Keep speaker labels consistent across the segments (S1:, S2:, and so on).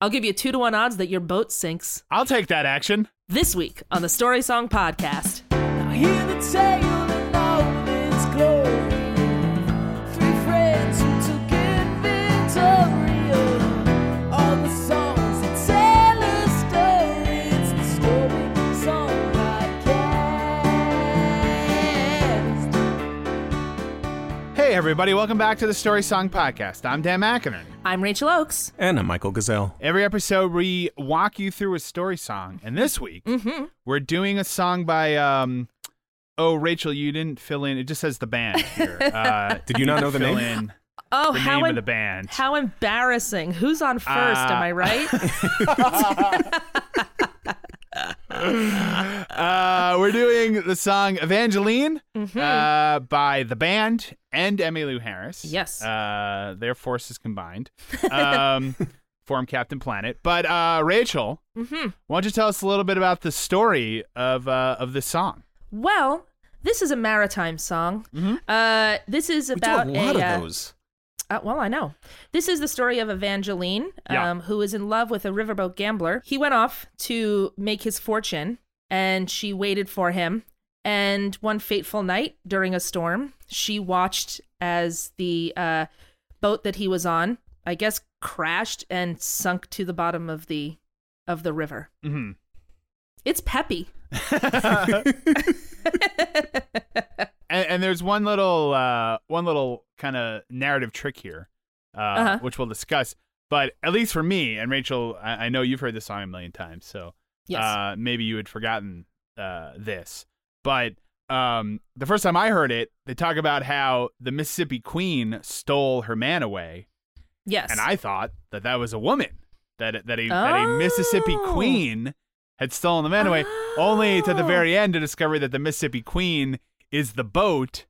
S1: I'll give you two to one odds that your boat sinks
S2: I'll take that action.
S1: this week on the Story Song Podcast.
S3: I hear the tale in all its glory. Three friends who took it victorious. All the songs that tell a story. It's the Story Song Podcast.
S2: Hey, everybody, welcome back to the Story Song Podcast. I'm Dan McInerney.
S1: I'm Rachel Oakes.
S4: And I'm Michael Gazelle.
S2: Every episode, we walk you through a story song. And this week,
S4: Mm-hmm.
S2: we're doing a song by, um, oh, Rachel, you didn't fill in. It just says the band here. Uh,
S4: Did you not know the
S2: fill
S4: name?
S2: in
S1: Oh,
S2: the
S1: how
S2: name of
S1: em-
S2: the band.
S1: how embarrassing! Who's on first?
S2: Uh,
S1: am I right?
S2: uh, we're doing the song Evangeline
S1: Mm-hmm.
S2: uh, by the band and Emmy Lou Harris.
S1: Yes.
S2: Uh, their forces combined um, form Captain Planet. But uh, Rachel,
S1: Mm-hmm.
S2: why don't you tell us a little bit about the story of, uh, of this song?
S1: well, this is a maritime song. Uh, this is about
S4: we do a lot
S1: uh,
S4: of those.
S1: Uh, well, I know. This is the story of Evangeline,
S2: Yeah.
S1: um, who is in love with a riverboat gambler. He went off to make his fortune, and she waited for him. And one fateful night during a storm, she watched as the uh, boat that he was on, I guess, crashed and sunk to the bottom of the of the river.
S2: Mm-hmm.
S1: It's peppy.
S2: and, and there's one little uh, one little kind of narrative trick here, uh,
S1: Uh-huh.
S2: which we'll discuss. But at least for me and Rachel, I, I know you've heard this song a million times, so
S1: Yes.
S2: uh, maybe you had forgotten uh, this. But um, the first time I heard it, they talk about how the Mississippi Queen stole her man away,
S1: yes.
S2: and I thought that that was a woman that that a, that a Mississippi
S1: Oh.
S2: Queen had stolen the man away. Only to the very
S1: Oh.
S2: end to discover that the Mississippi Queen is the boat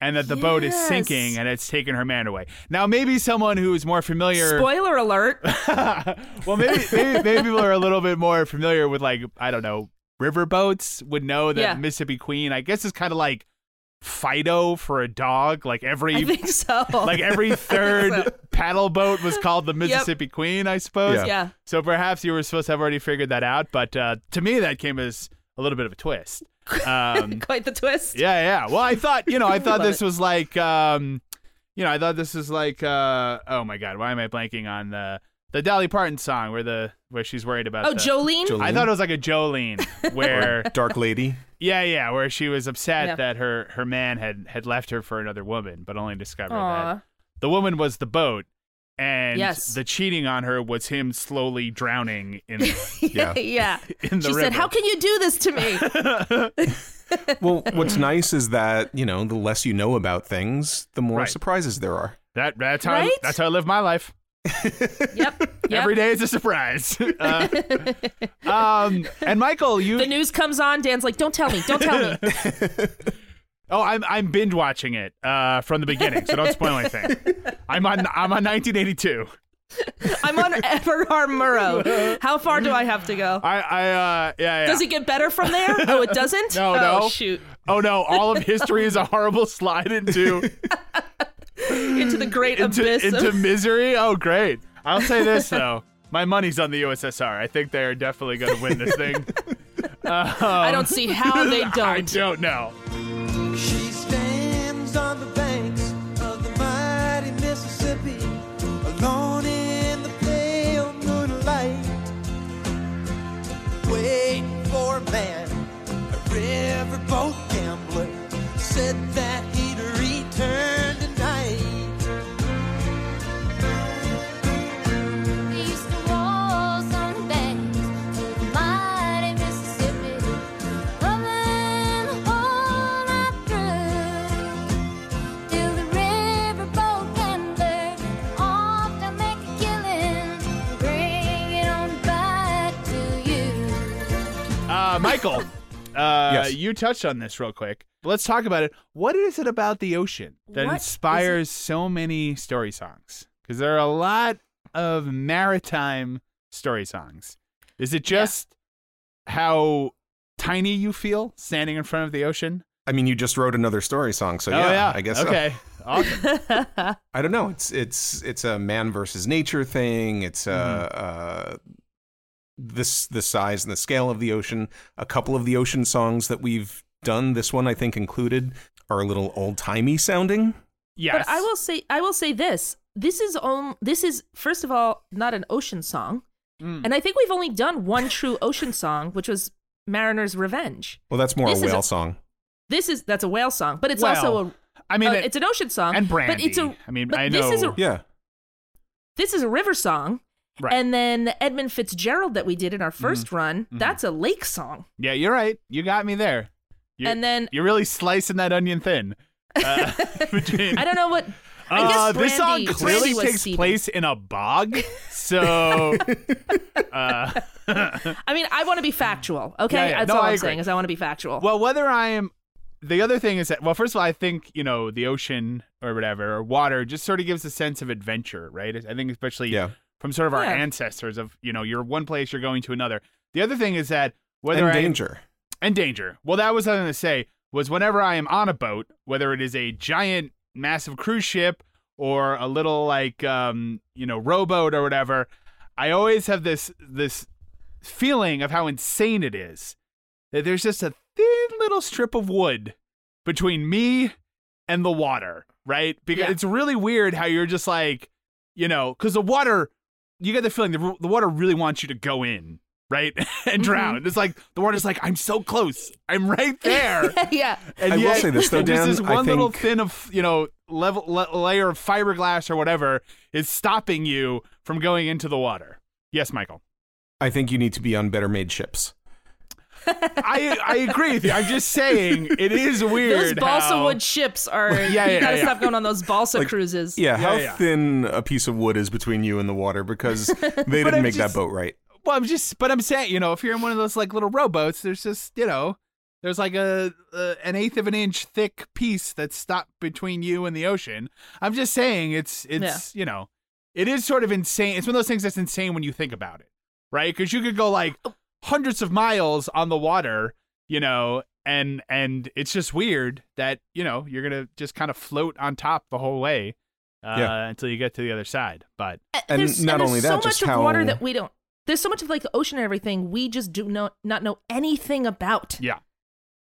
S2: and that the boat is
S1: Yes.
S2: sinking and it's taken her man away. Now, maybe someone who is more familiar.
S1: Spoiler alert.
S2: well, maybe, maybe, maybe people are a little bit more familiar with, like, I don't know, river boats would know that
S1: Yeah.
S2: Mississippi Queen, I guess, is kind of like Fido for a dog. Like,
S1: I
S2: every.
S1: think so.
S2: Like every third paddle boat was called the Mississippi Queen, I suppose.
S4: Yeah.
S1: yeah.
S2: So perhaps you were supposed to have already figured that out, but uh, to me that came as a little bit of a twist. Um,
S1: Quite the twist.
S2: yeah, yeah. Well, I thought you know, I thought
S1: Love
S2: this was like, um, you know, I thought this was like, uh, oh my god, why am I blanking on the the Dolly Parton song where the where she's worried about?
S1: Oh,
S2: the-
S1: Jolene.
S4: Jolene.
S2: I thought it was like a Jolene, where
S4: Dark Lady.
S2: yeah, yeah, where she was upset
S1: Yeah.
S2: that her her man had had left her for another woman, but only discovered that
S1: Aw.
S2: the woman was the boat and
S1: Yes.
S2: the cheating on her was him slowly drowning in
S4: Yeah.
S1: yeah.
S2: in
S1: she
S2: the river.
S1: said, "How can you do this to me?"
S4: Well, what's nice is that, you know, the less you know about things, the more
S2: Right.
S4: surprises there are.
S2: that that's how
S1: Right?
S2: I, that's how I live my life.
S1: yep. yep.
S2: Every day is a surprise. Uh, um, and Michael, you
S1: the news comes on. Dan's like, "Don't tell me. Don't tell me."
S2: oh, I'm I'm binge watching it uh, from the beginning, so don't spoil anything. I'm on I'm on 1982.
S1: I'm on Everard Murrow. How far do I have to go?
S2: I I uh, yeah yeah.
S1: Does it get better from there? Oh, it doesn't.
S2: No,
S1: oh,
S2: no.
S1: Shoot,
S2: oh no, all of history is a horrible slide into
S1: into the great
S2: into,
S1: abyss.
S2: into
S1: of-
S2: misery. Oh great. I'll say this though. My money's on the USSR. I think they are definitely going to win this thing.
S1: I don't see how they
S2: I
S1: don't.
S2: don't know.
S5: She stands on the banks of the mighty Mississippi, alone in the pale moonlight, waiting for a man, a riverboat gambler, said that he'd return tonight.
S6: We used to waltz on the banks of the mighty Mississippi, loving the whole night through. Till the riverboat gambler off to make a killing, bring it on back to you.
S2: Uh, Michael, uh,
S4: Yes.
S2: you touched on this real quick. Let's talk about it. What is it about the ocean that
S1: What
S2: inspires so many story songs? Because there are a lot of maritime story songs. Is it just how tiny you feel standing in front of the ocean? Oh,
S4: I mean, you just wrote another story song, so Oh, yeah, I guess so.
S2: okay. Awesome.
S4: I don't know. It's it's it's a man versus nature thing. It's uh, uh, this the size and the scale of the ocean. A couple of the ocean songs that we've done, this one I think included, are a little old timey sounding.
S2: Yes.
S1: But I will say I will say this. This is on this is first of all not an ocean song.
S2: Mm.
S1: And I think we've only done one true ocean song, which was Mariner's Revenge.
S4: Well, that's more
S1: This
S4: a
S1: is
S4: whale
S1: a-
S4: song.
S1: This is that's a whale song, but it's also
S2: Well,
S1: a
S2: I mean,
S1: uh,
S2: it-
S1: it's an ocean song.
S2: and
S1: But it's a
S2: Brandy. I mean,
S1: but
S2: I
S1: this is
S2: know-
S1: a
S4: Yeah,
S1: this is a river song.
S2: right. Mm-hmm.
S1: And then the Edmund Fitzgerald that we did in our 1st run, that's a lake song.
S2: yeah, you're right. You got me there. You're,
S1: And then-
S2: you're really slicing that onion thin. Uh, between,
S1: I don't know what I guess
S2: Uh, this song
S1: Brandy-
S2: clearly
S1: Brandy was
S2: takes
S1: seeded.
S2: place in a bog, so uh,
S1: I mean, I want to be factual. Okay,
S2: Yeah, yeah.
S1: that's
S2: No,
S1: all
S2: I
S1: I'm
S2: agree.
S1: saying is I want to be factual.
S2: well, whether I am the other thing is that well, first of all, I think you know the ocean or whatever or water just sort of gives a sense of adventure, right? I think especially
S4: Yeah.
S2: from sort of our
S1: Yeah.
S2: ancestors of you know you're one place you're going to another. The other thing is that whether
S4: and
S2: I am-
S4: danger.
S2: and danger. Well, that was what I was going to say was whenever I am on a boat, whether it is a giant, massive cruise ship or a little like um, you know rowboat or whatever, I always have this this feeling of how insane it is that there's just a thin little strip of wood between me and the water, right? Because
S1: Yeah.
S2: it's really weird how you're just like, you know, because the water, you get the feeling the, the water really wants you to go in, right? and drown. It's like, the water's like, I'm so close. I'm right there.
S1: yeah.
S2: And
S4: I will
S2: yet-
S4: say this, though,
S2: and just
S4: Dan,
S2: this
S4: I
S2: one little
S4: think-
S2: thin of you know level le- layer of fiberglass or whatever is stopping you from going into the water. Yes, Michael.
S4: I think you need to be on better made ships.
S2: I I agree with you. I'm just saying it is
S1: Those
S2: weird.
S1: balsa
S2: how-
S1: wood ships are.
S2: yeah,
S1: you
S2: yeah,
S1: gotta
S2: yeah.
S1: stop going on those balsa
S4: Like,
S1: cruises.
S4: Yeah, how
S2: yeah.
S4: thin a piece of wood is between you and the water because they
S2: I'm
S4: didn't make
S2: just-
S4: that boat right.
S2: Well, I'm just, but I'm saying, you know, if you're in one of those like little rowboats, there's just, you know, there's like a, a an eighth of an inch thick piece that's stopped between you and the ocean. I'm just saying, it's it's you know, it is sort of insane. It's one of those things that's insane when you think about it, right? Because you could go like hundreds of miles on the water, you know, and and it's just weird that you know you're gonna just kind of float on top the whole way uh,
S4: Yeah.
S2: until you get to the other side. But
S1: A-
S4: And
S1: there's,
S4: not
S1: and there's
S4: only
S1: so
S4: that,
S1: much
S4: just
S1: of water
S4: how-
S1: that we don't. There's so much of like the ocean and everything we just do not not know anything about.
S2: yeah,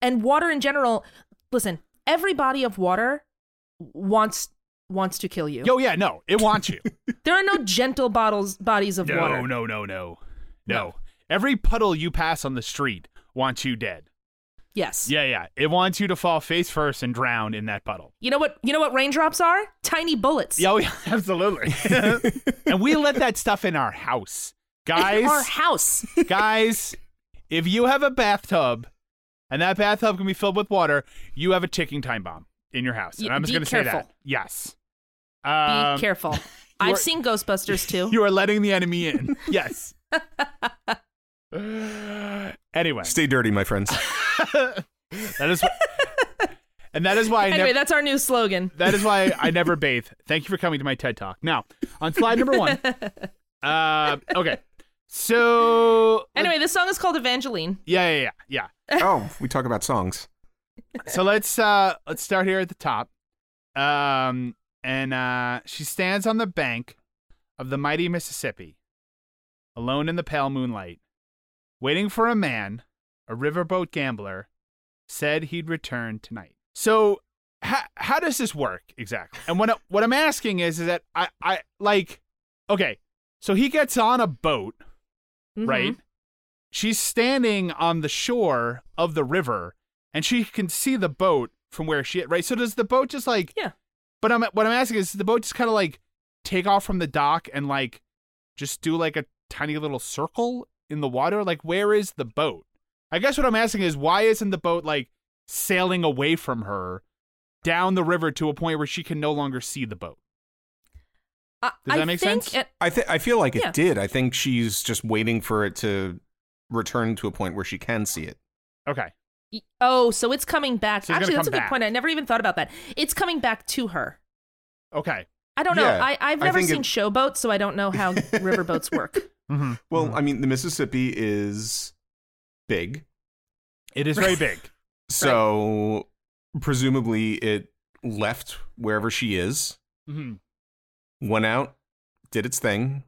S1: And water in general. Listen, every body of water wants wants to kill you.
S2: yo, yeah, no, it wants you.
S1: There are no gentle bottles bodies of
S2: No,
S1: water.
S2: no, no, no, no.
S1: No.
S2: Every puddle you pass on the street wants you dead.
S1: Yes.
S2: Yeah, yeah. It wants you to fall face first and drown in that puddle.
S1: You know what? You know what raindrops are? Tiny bullets.
S2: Yeah, oh, yeah, absolutely. and we let that stuff in our house,
S1: In our
S2: guys.
S1: house.
S2: guys, if you have a bathtub and that bathtub can be filled with water, you have a ticking time bomb in your house.
S1: Y-
S2: And I'm just
S1: be
S2: going to say that.
S1: careful.
S2: Yes.
S1: Be
S2: Um,
S1: careful.
S2: are-
S1: I've seen Ghostbusters too.
S2: You are letting the enemy in. yes. anyway.
S4: Stay dirty, my friends.
S2: That is, why, and that is why I
S1: anyway,
S2: never.
S1: that's our new slogan.
S2: That is why I never bathe. Thank you for coming to my TED talk. Now, on slide number one. Uh, okay, so
S1: Anyway, this song is called Evangeline.
S2: yeah, yeah, yeah,
S4: oh, we talk about songs.
S2: yeah. So let's uh let's start here at the top. Um, and uh, she stands on the bank of the mighty Mississippi, alone in the pale moonlight, waiting for a man, a riverboat gambler, said he'd return tonight. So, how, how does this work exactly? And what, I- what I'm asking is, is that I, I like, okay, so he gets on a boat,
S1: Mhm.
S2: right? She's standing on the shore of the river and she can see the boat from where she, right? So, does the boat just like,
S1: Yeah.
S2: but I'm, what I'm asking is, does the boat just kind of like take off from the dock and like just do like a tiny little circle in the water? Like, where is the boat? I guess what I'm asking is, why isn't the boat like sailing away from her down the river to a point where she can no longer see the boat?
S1: I,
S2: Does
S1: I
S2: that make
S1: think
S2: sense?
S1: It,
S4: I think I feel like it
S1: Yeah.
S4: did. I think she's just waiting for it to return to a point where she can see it.
S2: Okay.
S1: y- oh, so it's coming back.
S2: So it's gonna
S1: Actually, that's
S2: come
S1: a good
S2: back.
S1: point. I never even thought about that. It's coming back to her.
S2: Okay.
S1: I don't know.
S4: Yeah,
S1: I, I've
S4: I
S1: never
S4: think
S1: seen
S4: it-
S1: showboats, so I don't know how riverboats work.
S2: Mhm.
S4: Well,
S2: Mhm.
S4: I mean, the Mississippi is big,
S2: it is very big.
S4: so presumably it left wherever she is,
S2: Mhm.
S4: went out, did its thing,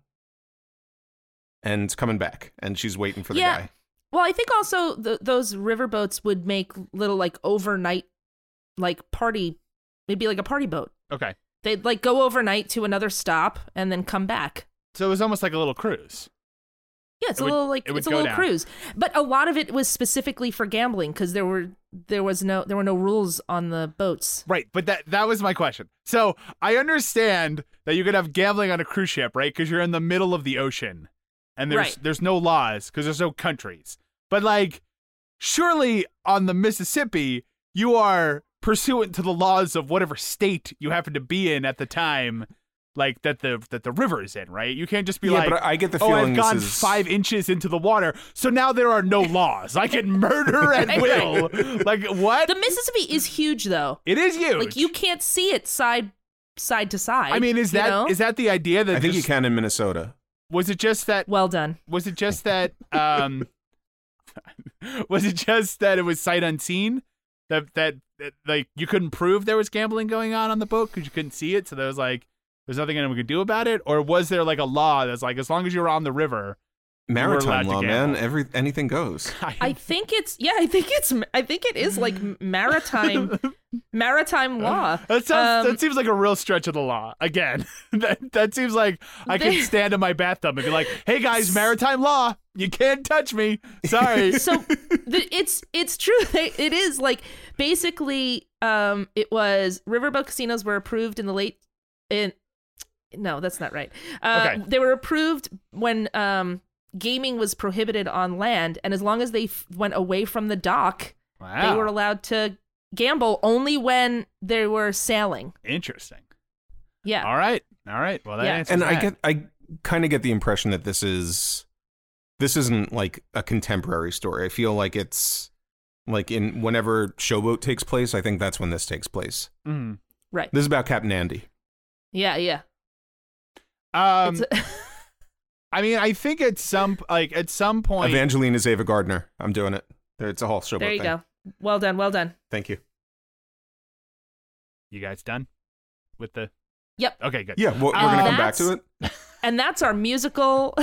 S4: and it's coming back. And she's waiting for the
S1: Yeah.
S4: guy.
S1: Well, I think also th those riverboats would make little like overnight, like party, maybe like a party boat.
S2: Okay.
S1: They'd like go overnight to another stop and then come back.
S2: So it was almost like a little cruise.
S1: Yeah, it's
S2: It
S1: a
S2: would-
S1: little like
S2: it would
S1: it's a
S2: go
S1: little
S2: down.
S1: cruise, but a lot of it was specifically for gambling because there were there was no there were no rules on the boats.
S2: Right, but that that was my question. So I understand that you could have gambling on a cruise ship, right? Because you're in the middle of the ocean, and there's
S1: Right.
S2: there's no laws because there's no countries. But like, surely on the Mississippi, you are pursuant to the laws of whatever state you happen to be in at the time, like that the that the river is in, right? You can't just be
S4: Yeah,
S2: like.
S4: but I get the
S2: Oh,
S4: feeling
S2: I've
S4: this
S2: gone
S4: is-
S2: five inches into the water, so now there are no laws. I can murder at will. Like what?
S1: The Mississippi is huge though;
S2: it is huge.
S1: like you can't see it side side to side.
S2: I mean, is
S1: you
S2: that is
S1: know?
S2: that the idea that
S4: I think you
S2: just-
S4: can in Minnesota.
S2: was it just that
S1: well done?
S2: was it just that um was it just that it was sight unseen that that, that like you couldn't prove there was gambling going on on the boat because you couldn't see it so there was like there's nothing anyone could do about it or was there like a law that's like as long as you're on the river allowed
S4: Maritime
S2: to
S4: law, man.
S2: gamble.
S4: Every anything goes.
S1: I think it's yeah. I think it's I think it is like maritime maritime law.
S2: Uh, that sounds
S1: Um,
S2: that seems like a real stretch of the law again that that seems like I
S1: They-
S2: can stand in my bathtub and be like hey guys maritime law you can't touch me sorry
S1: so the, it's it's true they, it is like basically um it was riverboat casinos were approved in the late in no that's not right uh,
S2: Okay.
S1: they were approved when um gaming was prohibited on land and as long as they f- went away from the dock
S2: wow
S1: they were allowed to gamble only when they were sailing
S2: interesting
S1: yeah
S2: All right. All right. Well, that
S1: Yeah.
S2: answers
S4: and I
S2: that.
S4: get I kind of get the impression that this is this isn't like a contemporary story. I feel like it's like in whenever Showboat takes place, I think that's when this takes place.
S2: Mhm.
S1: right
S4: This is about Captain Andy.
S1: yeah yeah
S2: Um,
S1: It's-
S2: I mean, I think at some like at some point,
S4: Evangeline is Ava Gardner. I'm doing it. There, it's a whole Showboat
S1: there you
S4: thing.
S1: go well done well done
S4: Thank you.
S2: you guys done with the?
S1: Yep.
S2: Okay. Good.
S4: Yeah, well, we're gonna
S1: Uh,
S4: come back to
S1: that's-
S4: it.
S1: and that's our musical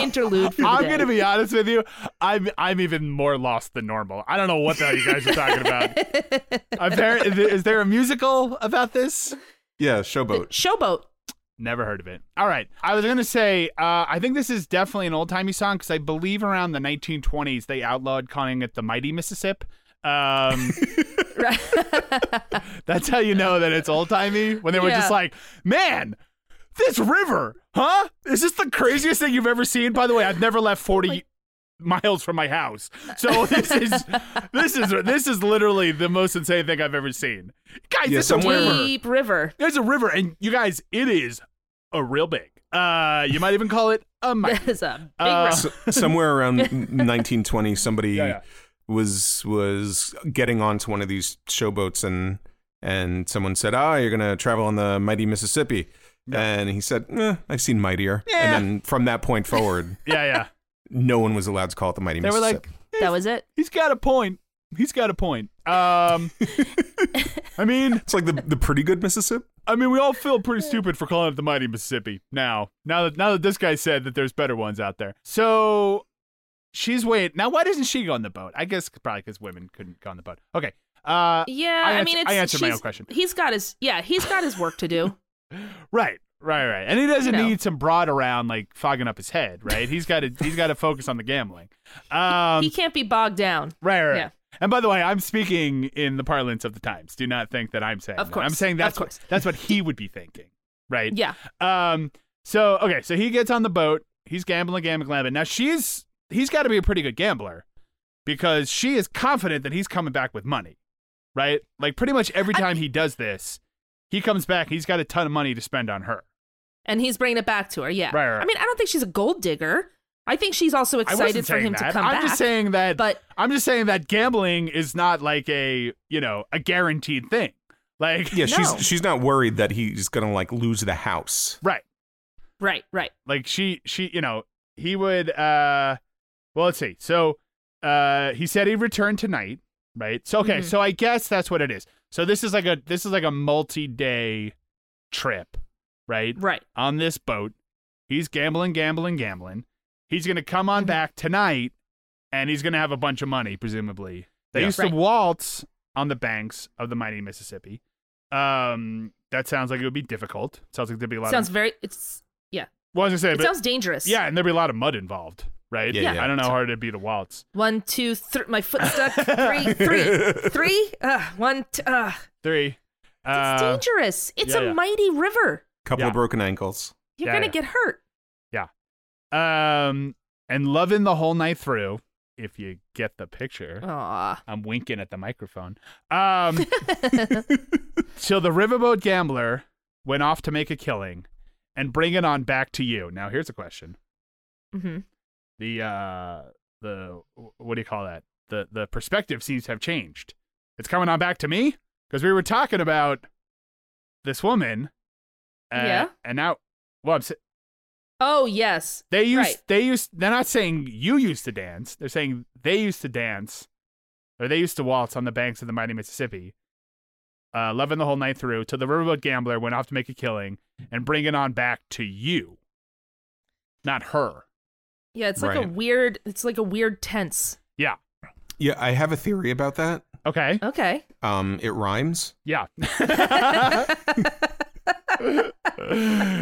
S1: interlude for the
S2: I'm
S1: day.
S2: gonna be honest with you. I'm I'm even more lost than normal. I don't know what the hell you guys are talking about. Are there, is there a musical about this?
S4: Yeah, Showboat.
S1: showboat
S2: Never heard of it. All right. I was going to say, uh, I think this is definitely an old timey song because I believe around the 1920s they outlawed calling it the Mighty Mississippi. Um, that's how you know that it's old timey when they were
S1: Yeah.
S2: just like, man, this river, huh? Is this the craziest thing you've ever seen? By the way, I've never left 40 miles from my house. So this is this is this is literally the most insane thing I've ever seen. Guys,
S4: Yeah,
S2: it's
S4: somewhere-
S2: a river.
S1: Deep river.
S2: There's a river, and you guys, it is a real big. Uh, you might even call it a mic.
S1: That is a big
S2: Uh,
S1: river.
S4: S- somewhere around 1920, somebody
S2: Yeah, yeah.
S4: was was getting onto one of these showboats, and and someone said, "Ah, you're gonna travel on the mighty Mississippi," and he said, eh, "I've seen mightier."
S2: Yeah.
S4: And then from that point forward,
S2: yeah, yeah.
S4: no one was allowed to call it the mighty
S2: They were
S4: Mississippi.
S2: like,
S1: That was it.
S2: he's got a point. He's got a point. Um, I mean,
S4: it's like the the pretty good Mississippi.
S2: I mean, we all feel pretty stupid for calling it the mighty Mississippi now. Now that now that this guy said that there's better ones out there, so she's wait. Now, why doesn't she go on the boat? I guess probably because women couldn't go on the boat. Okay. Uh,
S1: Yeah,
S2: I
S1: I,
S2: ans-
S1: mean, it's
S2: I answered my
S1: she's-
S2: own question.
S1: He's got his yeah, he's got his work to do.
S2: Right, right, right. And he doesn't
S1: No.
S2: need some broad around like fogging up his head, right? He's got to he's got to focus on the gambling. Um,
S1: he can't be bogged down.
S2: right, right. right.
S1: yeah.
S2: And by the way, I'm speaking in the parlance of the times. Do not think that I'm saying.
S1: Of
S2: that.
S1: course,
S2: I'm saying
S1: of
S2: that's
S1: course.
S2: what that's what he would be thinking, right?
S1: Yeah,
S2: Um. So okay, so he gets on the boat. He's gambling, gambling, gambling. Now she's he's got to be a pretty good gambler because she is confident that he's coming back with money, right? Like pretty much every time he does this, he comes back. He's got a ton of money to spend on her.
S1: and he's bringing it back to her. Yeah,
S2: Right, right.
S1: I mean, I don't think she's a gold digger. I think she's also
S2: I
S1: excited
S2: wasn't
S1: for
S2: saying
S1: him
S2: that.
S1: to come
S2: I'm
S1: back.
S2: just saying that.
S1: but
S2: I'm just saying that gambling is not like a you know a guaranteed thing. Like
S4: Yeah,
S1: No.
S4: she's she's not worried that he's gonna like lose the house.
S2: right.
S1: right, right.
S2: Like she she you know he would uh well let's see. So uh he said he'd return tonight. right? So okay, so I guess that's what it is. So this is like a this is like a multi-day trip, right?
S1: Right.
S2: On this boat, he's gambling, gambling, gambling. He's gonna come
S1: Mm-hmm.
S2: on back tonight, and he's gonna have a bunch of money, presumably. They
S4: Yeah.
S2: used
S1: Right.
S2: to waltz on the banks of the mighty Mississippi. Um, that sounds like it would be difficult. Sounds like there'd be a lot.
S1: Sounds
S2: of,
S1: very. It's yeah.
S2: well, I was gonna say,
S1: It
S2: but,
S1: sounds dangerous.
S2: yeah, and there'd be a lot of mud involved, right?
S4: Yeah, Yeah.
S2: I don't know how hard it'd be to waltz.
S1: One, two, three. My foot stuck. three, three, three. Ugh, one. T- ugh.
S2: Three.
S1: It's
S2: uh,
S1: dangerous. It's
S2: yeah,
S1: a
S2: yeah.
S1: mighty river.
S4: Couple
S2: Yeah.
S4: of broken ankles.
S1: You're
S2: Yeah,
S1: gonna
S2: yeah.
S1: get hurt.
S2: Um, and loving the whole night through. If you get the picture,
S1: Aw.
S2: I'm winking at the microphone. Um, so the riverboat gambler went off to make a killing, and bring it on back to you. Now here's a question:
S1: hmm
S2: the uh, the what do you call that? The the perspective seems to have changed. It's coming on back to me because we were talking about this woman. Uh,
S1: Yeah.
S2: And now, well, I'm, s-
S1: Oh yes.
S2: They used
S1: Right.
S2: they used they're not saying you used to dance. They're saying they used to dance or they used to waltz on the banks of the mighty Mississippi. Uh, loving the whole night through till the riverboat gambler went off to make a killing and bring it on back to you. Not her.
S1: Yeah. It's like a
S4: Right.
S1: weird. It's like a weird tense.
S2: Yeah.
S4: Yeah, I have a theory about that.
S2: Okay.
S1: Okay.
S4: Um, it rhymes.
S2: Yeah.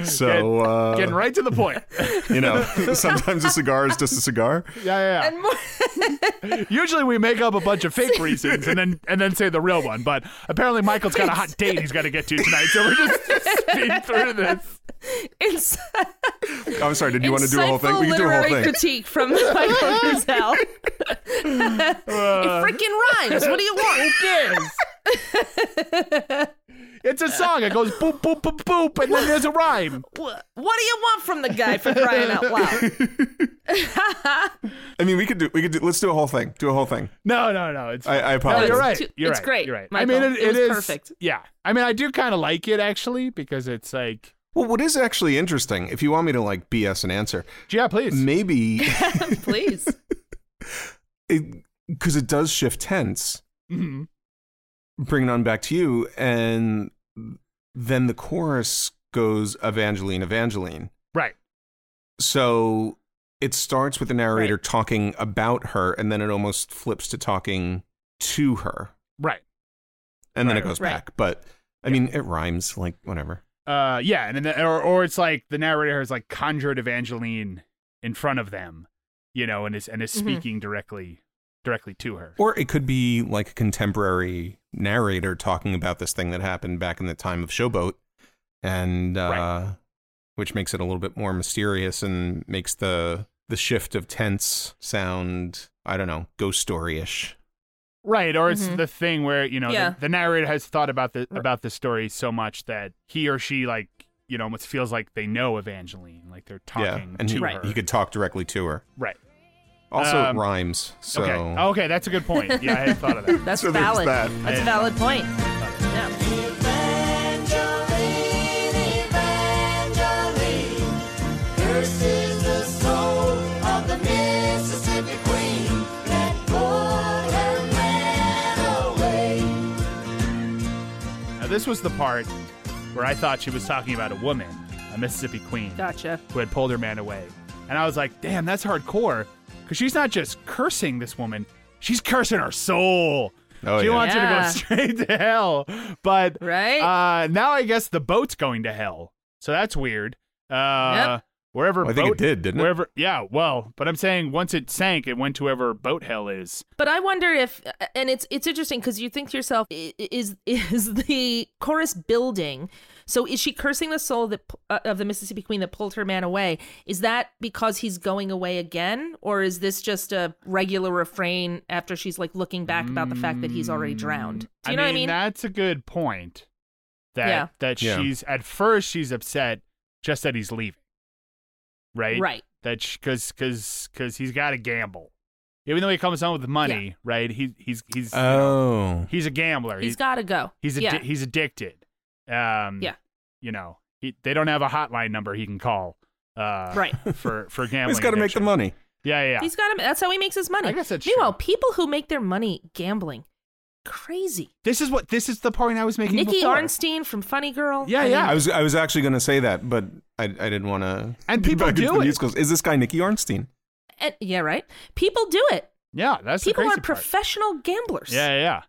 S4: So uh,
S2: Getting right to the point. yeah,
S4: you know, sometimes a cigar is just a cigar.
S2: yeah,
S1: And more.
S2: yeah. Usually we make up a bunch of fake reasons and then and then say the real one, but apparently Michael's got a hot date he's got to get to tonight, so we're just speeding through this.
S1: Ins-
S4: I'm sorry. Did you want to do a whole
S1: insightful
S4: thing? We can do a
S1: literary
S4: whole thing.
S1: critique from Michael Grisel. it
S4: Uh.
S1: freaking rhymes. What do you want?
S2: It's a song. It goes boop boop boop boop, and then there's a rhyme.
S1: What what do you want from the guy for crying out loud?
S4: I mean, we could do. We could do. Let's do a whll thing. Do a whole thing.
S2: No, no, no. It's
S4: I, I
S2: no,
S4: apologize.
S2: you're right.
S1: too-
S2: you're
S1: it's
S2: right.
S1: great,
S2: You're right. I
S1: Michael.
S2: mean, it,
S1: It was
S2: is
S1: perfect.
S2: Yeah. I mean, I do kind of like it actually because it's like,
S4: Well, what is actually interesting, if you want me to like BS an answer,
S2: yeah, please.
S4: maybe
S1: Please.
S4: because it does shift tense.
S2: Mhm.
S4: bringing on back to you and then the chorus goes evangeline evangeline
S2: Right.
S4: so it starts with the narrator talking about her and then it almost flips to talking to her
S2: Right.
S4: and then
S2: Right,
S4: it goes
S1: right.
S4: back but i mean it rhymes like whatever
S2: Uh, yeah, and then or or it's like the narrator has like conjured Evangeline in front of them, you know, and is and is
S1: Mhm.
S2: speaking directly directly to her.
S4: or it could be like a contemporary narrator talking about this thing that happened back in the time of showboat and uh
S2: Right.
S4: which makes it a little bit more mysterious and makes the the shift of tense sound i don't know ghost story-ish
S2: Right, or it's
S1: Mhm.
S2: the thing where you know
S1: Yeah.
S2: the, the narrator has thought about the about the story so much that he or she like you know almost feels like they know Evangeline, like they're talking
S4: yeah and
S2: to
S4: he,
S2: her.
S4: he could talk directly to her
S2: right.
S4: also
S2: Um,
S4: it rhymes so Oh,
S2: Okay. Okay, that's a good point. Yeah, I had thought of that.
S1: That's
S4: So there's
S1: valid.
S4: that.
S1: That's a
S2: Yeah.
S1: valid point. Yeah.
S5: Evangeline, Evangeline, curses the soul of the Mississippi Queen that poured her man away.
S2: Now, this was the part where I thought she was talking about a woman, a Mississippi queen,
S1: Gotcha.
S2: who had pulled her man away, and I was like, "Damn, that's hardcore," because she's not just cursing this woman; she's cursing her soul.
S4: Oh,
S2: she
S4: yeah.
S2: wants her to
S1: Yeah.
S2: go straight to hell. But
S1: Right?
S2: uh, now I guess the boat's going to hell, so that's weird. Uh,
S1: Yep.
S2: Wherever
S4: Well, I think it
S2: boat-
S4: did, didn't it?
S2: wherever, Yeah, well, but I'm saying once it sank, it went to wherever boat hell is.
S1: But I wonder if, and it's it's interesting because you think to yourself, i- i- is is the chorus building? So is she cursing the soul that pu- uh, of the Mississippi Queen that pulled her man away? Is that because he's going away again, or is this just a regular refrain after she's like looking back about the fact that he's already drowned? Do you know
S2: Mm, I mean,
S1: what I mean?
S2: That's a good point. That
S1: Yeah.
S2: that
S4: Yeah.
S2: she's at first she's upset just that he's leaving, right?
S1: Right.
S2: That because because because he's got to gamble, even though he comes home with money, right? He he's he's
S4: oh
S2: he's a gambler.
S1: He's got to go.
S2: he's addi-
S1: yeah.
S2: he's addicted. Um,
S1: Yeah.
S2: You know, he, they don't have a hotline number he can call. Uh,
S1: Right.
S2: For for gambling.
S4: he's got to make the
S2: addiction.
S4: money
S2: Yeah, yeah. yeah.
S1: He's got to. That's how he makes his money.
S2: I guess that's
S1: Meanwhile,
S2: true.
S1: people who make their money gambling crazy.
S2: This is what this is the point I was making.
S1: Nikki
S2: before.
S1: Arnstein from Funny Girl.
S2: Yeah,
S1: I mean,
S2: yeah.
S4: I was I was actually going to say that, but I, I didn't want to.
S2: And people do it.
S4: Musicals. Is this guy Nicky Arnstein?
S1: and- yeah, right. People do it.
S2: Yeah, that's the
S1: People
S2: crazy
S1: are
S2: part.
S1: professional gamblers.
S2: Yeah, yeah, yeah.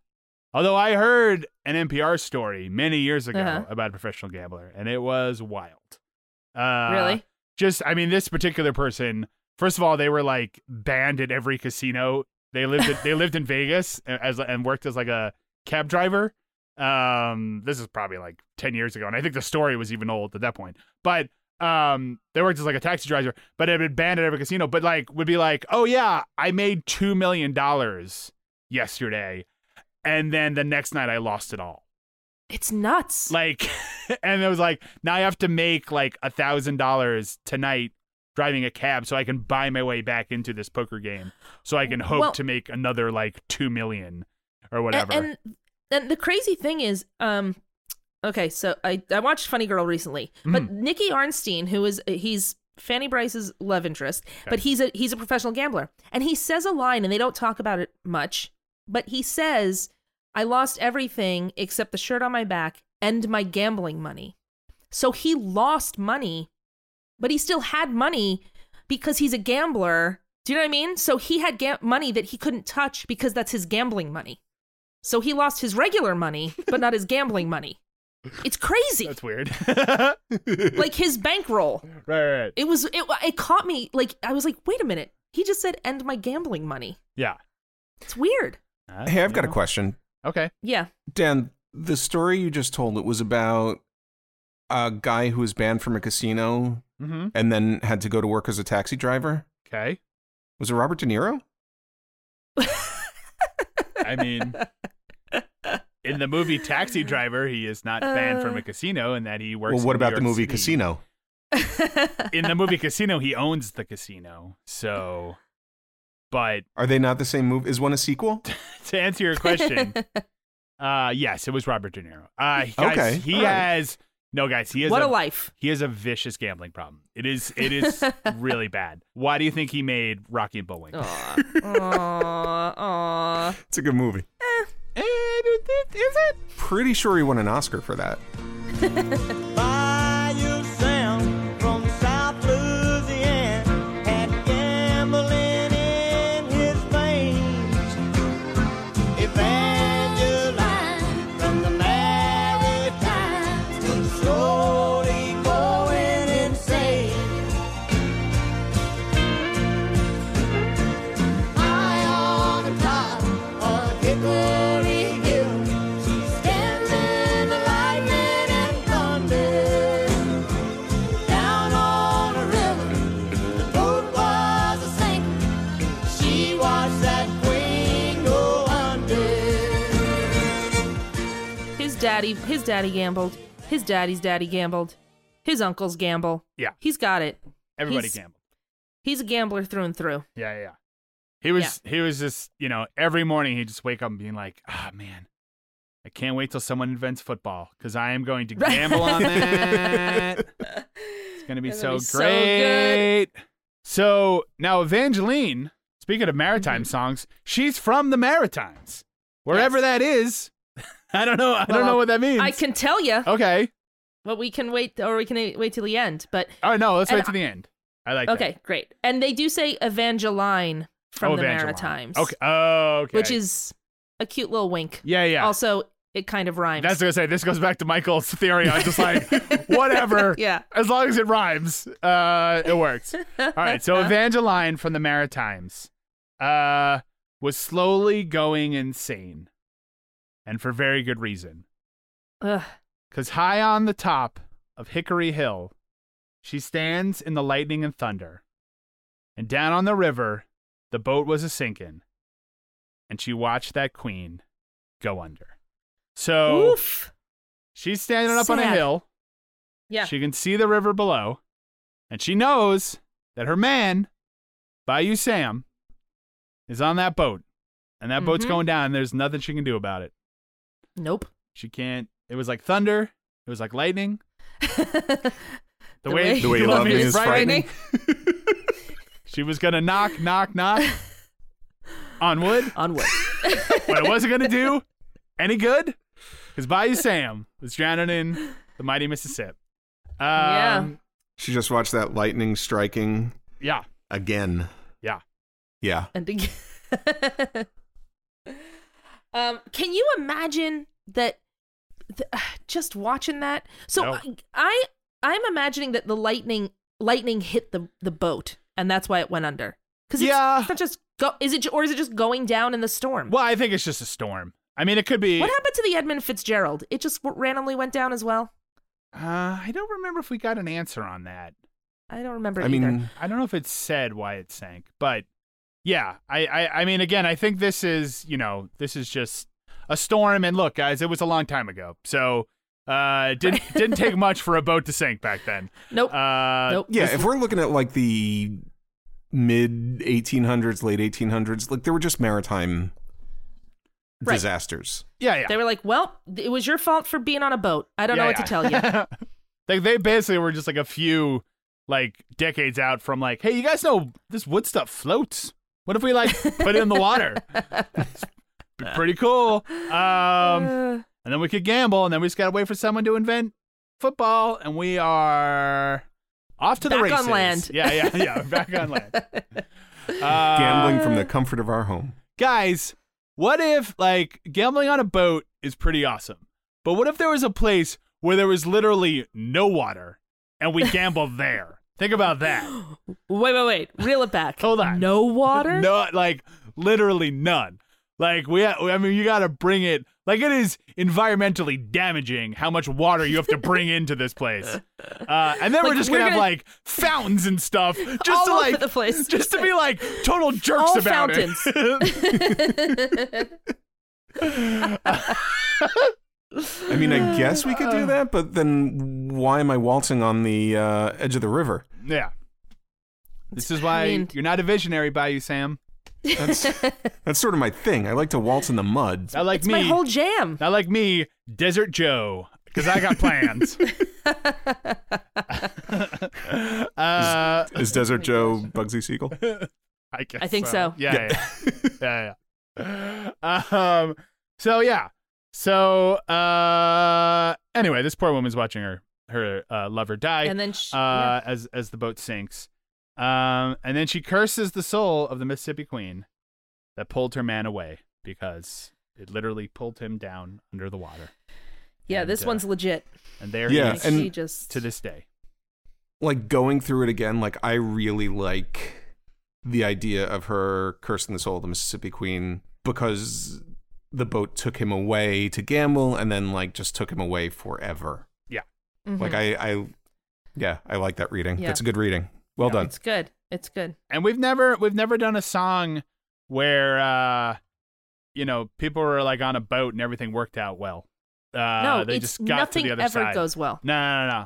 S2: Although I heard an NPR story many years ago
S1: Uh-huh.
S2: about a professional gambler, and it was wild. Uh,
S1: Really?
S2: Just, I mean, this particular person. First of all, they were like banned at every casino. They lived. At, they lived in Vegas a- as and worked as like a cab driver. Um, this is probably like ten years ago, and I think the story was even old at that point. But um, they worked as like a taxi driver, but had been banned at every casino. But like, would be like, oh yeah, I made two million dollars yesterday and then the next night I lost it all.
S1: It's nuts.
S2: Like, and it was like now I have to make like a thousand dollars tonight driving a cab so I can buy my way back into this poker game so I can hope
S1: Well-
S2: to make another like two million or
S1: A-
S2: whatever.
S1: And, and the crazy thing is, um, okay, so I I watched Funny Girl recently,
S2: Mm-hmm.
S1: but Nikki Arnstein, who is he's Fanny Bryce's love interest, but he's a he's a professional gambler, and he says a line, and they don't talk about it much, but he says, "I lost everything except the shirt on my back and my gambling money." So he lost money, but he still had money because he's a gambler. Do you know what I mean? So he had ga- money that he couldn't touch because that's his gambling money. So he lost his regular money, but not his gambling money. It's crazy.
S2: That's weird. right,
S1: like his bankroll.
S2: right, right.
S1: It was it it caught me like I was like, "Wait a minute. He just said end my gambling money."
S2: Yeah.
S1: It's weird.
S2: Uh,
S4: Hey, I've
S2: you
S4: got a
S2: know.
S4: question.
S2: Okay.
S1: Yeah.
S4: Dan, the story you just told it was about a guy who was banned from a casino
S2: Mm-hmm.
S4: and then had to go to work as a taxi driver.
S2: Okay.
S4: Was it Robert De Niro?
S2: I mean, in the movie Taxi Driver, he is not banned
S1: Uh.
S2: from a casino, and that he works.
S4: well, what
S2: in New
S4: about the
S2: York
S4: movie
S2: City.
S4: Casino?
S2: in the movie Casino, he owns the casino. So, but
S4: Are they not the same movie? Is one a sequel?
S2: to answer your question, uh, yes, it was Robert De Niro. Uh, he- guys,
S4: Okay,
S2: he
S4: all right.
S2: has no, guys, he has
S1: what a
S2: a,
S1: life.
S2: He has a vicious gambling problem. It is, it is really bad. Why do you think he made Rocky and Bullwinkle?
S1: Aw. Aw. Aw.
S4: It's a good movie.
S2: Eh, do- do- is it?
S4: Pretty sure he won an Oscar for that.
S5: Buy yourself from South Louisiana had gambling in his veins. Evangelized from the Maritimes was slowly going insane. High on the top of Hickory Hill, she's standing the lightning and thunder. Down on the river, the boat was a sinking. She watched that queen go under.
S1: His daddy his daddy gambled. His daddy's daddy gambled. His uncles gamble.
S2: Yeah.
S1: He's got it.
S2: Everybody
S1: He's-
S2: gambled.
S1: He's a gambler through and through.
S2: Yeah, yeah, yeah. He was he was just, you know, every morning he'd just wake up and being like, ah man, I can't wait till someone invents football because I am going to
S1: Right.
S2: gamble on that. it's gonna be
S1: It's
S2: so
S1: gonna be so
S2: great. So, now Evangeline, speaking of maritime songs, she's from the Maritimes. Wherever
S1: Mm-hmm. Yes.
S2: that is. I don't know. I don't
S1: Well,
S2: know what that means.
S1: I can tell you,
S2: Okay.
S1: but we can wait or we can wait till the end, but
S2: All right, no, let's
S1: And
S2: wait to the end. I like that.
S1: Okay, great. And they do say Evangeline from
S2: Oh,
S1: the
S2: Evangeline.
S1: Maritimes.
S2: Okay. Oh, okay.
S1: Which is a cute little wink.
S2: Yeah, yeah.
S1: Also, it kind of rhymes.
S2: That's gonna say this goes back to Michael's theory. I was just like, whatever.
S1: Yeah.
S2: As long as it rhymes, uh, it works. All right. So Evangeline from the Maritimes uh, was slowly going insane, and for very good reason.
S1: Ugh.
S2: Because high on the top of Hickory Hill, she stands in the lightning and thunder. And down on the river, the boat was a sinking. And she watched that queen go under. So
S1: Oof.
S2: she's standing up on a
S1: Sad.
S2: hill.
S1: Yeah.
S2: She can see the river below. And she knows that her man, Bayou Sam, is on that boat. And that boat's
S1: Mhm.
S2: going down. And there's nothing she can do about it.
S1: nope.
S2: She can't. It was like thunder. It was like lightning.
S1: the,
S2: The way- The way you love me is frightening. She was gonna knock, knock, knock on wood.
S1: On wood.
S2: What I wasn't gonna do Any good? Because Bayou Sam was drowning in the mighty Mississippi. Um,
S1: Yeah.
S4: She just watched that lightning striking
S2: Yeah.
S4: again.
S2: Yeah.
S4: Yeah.
S1: And again. um, can you imagine that? th- uh, just watching that. So
S2: No.
S1: I, I I'm imagining that the lightning lightning hit the the boat, and that's why it went under. Because
S2: Yeah.
S1: it's not just go. Is it or is it just going down in the storm?
S2: Well, I think it's just a storm. I mean, it could be.
S1: What happened to the Edmund Fitzgerald? It just w- randomly went down as well.
S2: Uh, I don't remember if we got an answer on that.
S1: I don't remember
S4: I
S1: either.
S4: mean,
S2: I don't know if it said why it sank, but yeah, I, I, I mean, again, I think this is, you know, this is just a storm. And look, guys, it was a long time ago, so uh, it didn't didn't take much for a boat to sink back then.
S1: nope.
S2: Uh,
S1: nope.
S4: yeah, if we're looking at like the mid 1800s, late 1800s, like there were just maritime
S1: Right.
S4: disasters.
S2: Yeah, yeah.
S1: They were like, "Well, th- it was your fault for being on a boat. I don't know what to tell you."
S2: tell you. like they basically were just like a few like decades out from like, hey, you guys know this wood stuff floats. What if we like put it in the water? It's be pretty cool. Um,
S1: Uh,
S2: and then we could gamble, and then we just gotta wait for someone to invent football, and we are off to the
S1: Back on
S2: races.
S1: land.
S2: Yeah, yeah, yeah. Back on land. Uh,
S4: Gambling from the comfort of our home.
S2: guys, what if like gambling on a boat is pretty awesome, but what if there was a place where there was literally no water and we gambled there? Think about that.
S1: wait, wait, wait. Reel it back.
S2: Hold on.
S1: No water.
S2: No, like literally none. Like we, I mean, you got to bring it. Like it is environmentally damaging how much water you have to bring into this place. Uh, and then
S1: Like,
S2: we're just
S1: we're
S2: gonna, have
S1: gonna-
S2: like fountains and stuff, just
S1: All
S2: to
S1: over
S2: like
S1: the place.
S2: just to be like total jerks
S1: All
S2: about it.
S4: I mean, I guess we could do that, but then why am I waltzing on the uh, edge of the river?
S2: yeah. This is why
S1: mean-
S2: you're not a visionary, by you, Sam.
S4: That's that's sort of my thing. I like to waltz in the mud.
S2: Not like
S1: It's
S2: me.
S1: my whole jam.
S2: not like me, Desert Joe, because I got plans. uh,
S4: Is Desert Joe Bugsy Siegel?
S2: I guess.
S1: I think so.
S2: Yeah. Yeah. yeah. yeah, yeah. Um. So yeah. So uh. Anyway, this poor woman's watching her her uh, lover die.
S1: and then sh-
S2: uh, as as the boat sinks, um, and then she curses the soul of the Mississippi Queen that pulled her man away because it literally pulled him down under the water,
S1: yeah, this
S2: and, uh,
S1: one's legit.
S2: and there
S4: Yeah,
S2: he
S1: Like,
S2: is
S4: and-
S1: she just
S2: to this day.
S4: like going through it again, like I really like the idea of her cursing the soul of the Mississippi Queen because the boat took him away to gamble and then like just took him away forever.
S1: Mhm.
S4: Like I, I, yeah, I like that reading.
S1: Yeah.
S4: That's a good reading. Well
S2: Yeah.
S4: done.
S1: it's good. It's good.
S2: and we've never we've never done a song where uh you know people were like on a boat and everything worked out well uh
S1: no,
S2: they
S1: it's
S2: just got
S1: nothing
S2: to the other
S1: ever
S2: side
S1: goes well.
S2: no no no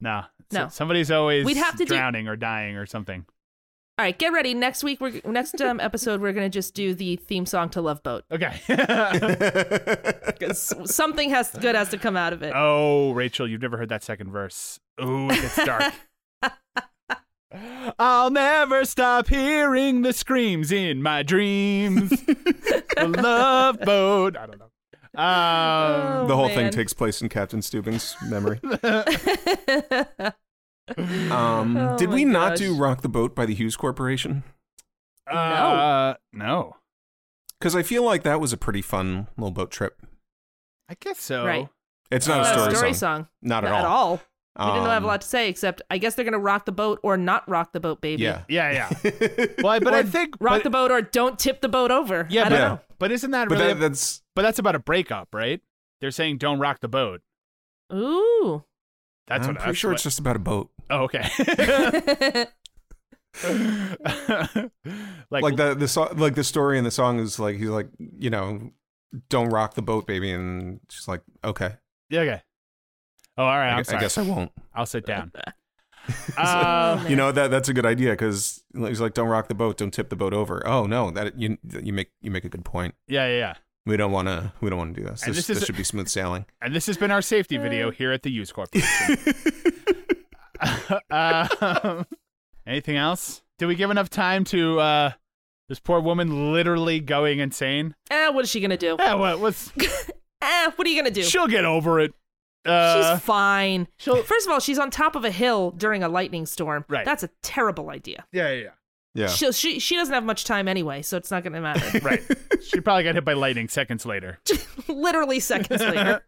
S2: no no
S1: No.
S2: S- somebody's always
S1: We'd have to do-
S2: drowning or dying or something
S1: All right, get ready. Next week, we're next um, episode, we're gonna just do the theme song to Love Boat.
S2: okay
S1: S- Something has good has to come out of it.
S2: oh rachel you've never heard that second verse oh it gets dark I'll never stop hearing the screams in my dreams. the love boat. I don't know. Um,
S1: Oh,
S4: the whole
S1: man.
S4: thing takes place in Captain Steuben's memory. Um,
S1: Oh
S4: did
S1: my
S4: we not
S1: gosh.
S4: do Rock the Boat by the Hughes Corporation?
S2: Uh, no.
S4: Because I feel like that was a pretty fun little boat trip.
S2: I guess so.
S1: Right.
S4: It's not
S1: Not
S4: a story,
S1: Uh, story
S4: song. Not at
S1: Not
S4: all.
S1: all. We didn't
S4: Um,
S1: have a lot to say except I guess they're gonna rock the boat or not rock the boat, baby.
S4: Yeah.
S2: Yeah, yeah. well, I- but I think
S1: Rock
S2: but,
S1: the boat or don't tip the boat over.
S2: Yeah,
S1: I don't
S4: but-
S1: know.
S2: But isn't that
S4: But
S2: really?
S4: that, that's
S2: but that's about a breakup, right? They're saying don't rock the boat.
S1: Ooh.
S2: That's
S4: I'm
S2: what
S4: pretty
S2: that's
S4: sure
S2: what-
S4: it's just about a boat.
S2: Oh, okay. like,
S4: Like, the the so- like the story in the song is like he's like you know don't rock the boat baby and she's like okay
S2: Yeah, okay. Oh, all right. I'm
S4: I, gu- I
S2: sorry.
S4: guess I won't
S2: I'll sit down. uh,
S4: you know that that's a good idea because he's like don't rock the boat don't tip the boat over oh no that you you make you make a good point
S2: yeah, yeah, yeah.
S4: we don't want to we don't want to do this
S2: And
S4: this,
S2: this is
S4: this
S2: a-
S4: should be smooth sailing
S2: And this has been our safety video here at the Use Corporation. um, anything else? Did we give enough time to uh, This poor woman literally going insane.
S1: Eh, what is she gonna do?
S2: Yeah, what, what's
S1: Eh, what are you gonna do?
S2: she'll get over it. Uh,
S1: she's fine.
S2: she'll-
S1: First of all, she's on top of a hill during a lightning storm.
S2: Right.
S1: That's a terrible idea.
S2: yeah, yeah,
S4: Yeah.
S1: She she she doesn't have much time anyway, so it's not gonna matter.
S2: yeah. Right. she probably got hit by lightning seconds later.
S1: Literally seconds later.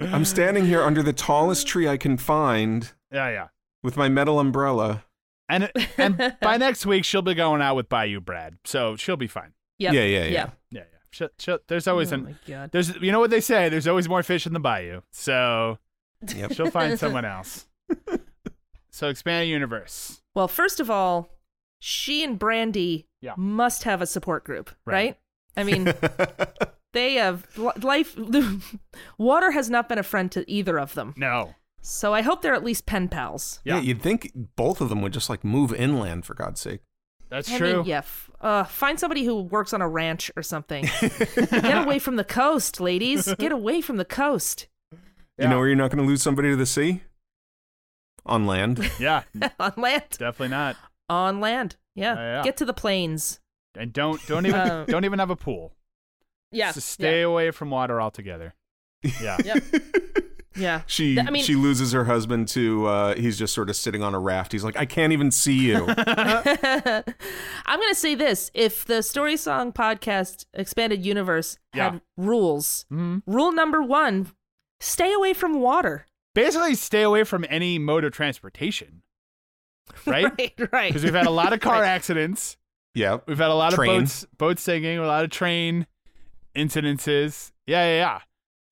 S4: I'm standing here under the tallest tree I can find
S2: Yeah, yeah.
S4: with my metal umbrella.
S2: And and by next week she'll be going out with Bayou Brad, so she'll be fine.
S1: Yep.
S4: Yeah, yeah, yeah.
S2: Yeah, yeah. She'll, she'll, there's always
S1: Oh
S2: an
S1: my god.
S2: there's you know what they say. There's always more fish in the bayou, so
S4: Yep.
S2: she'll find someone else. So expand universe.
S1: Well, first of all, she and Brandy
S2: Yeah.
S1: must have a support group,
S2: Right.
S1: right? I mean, they have li- life. water has not been a friend to either of them.
S2: No.
S1: So I hope they're at least pen pals.
S4: yeah.
S2: Yeah,
S4: you'd think both of them would just like move inland for God's sake.
S2: that's
S1: I
S2: true.
S1: mean, yeah. f- Uh, find somebody who works on a ranch or something. Get away from the coast, ladies. Get away from the coast.
S2: Yeah.
S4: You know where you're not going to lose somebody to the sea? On land.
S2: yeah.
S1: on land.
S2: definitely not.
S1: On land. Yeah.
S2: Yeah, yeah.
S1: Get to the plains.
S2: And don't don't even
S1: Um,
S2: don't even have a pool.
S1: Yeah.
S2: Just stay away from water altogether. Yeah.
S1: Yeah. Yeah.
S4: She
S1: Th- I mean-
S4: she loses her husband to uh, he's just sort of sitting on a raft. He's like, I can't even see you.
S1: I'm going to say this. If the Story Song Podcast Expanded Universe had
S2: Yeah.
S1: rules,
S2: Mhm.
S1: rule number one stay away from water.
S2: Basically, stay away from any mode of transportation. Right?
S1: Right.
S2: Because
S1: right.
S2: we've had a lot of car accidents.
S4: yep.
S2: We've had a lot
S4: Train.
S2: of boats boat sinking, a lot of train incidences. Yeah, yeah, yeah.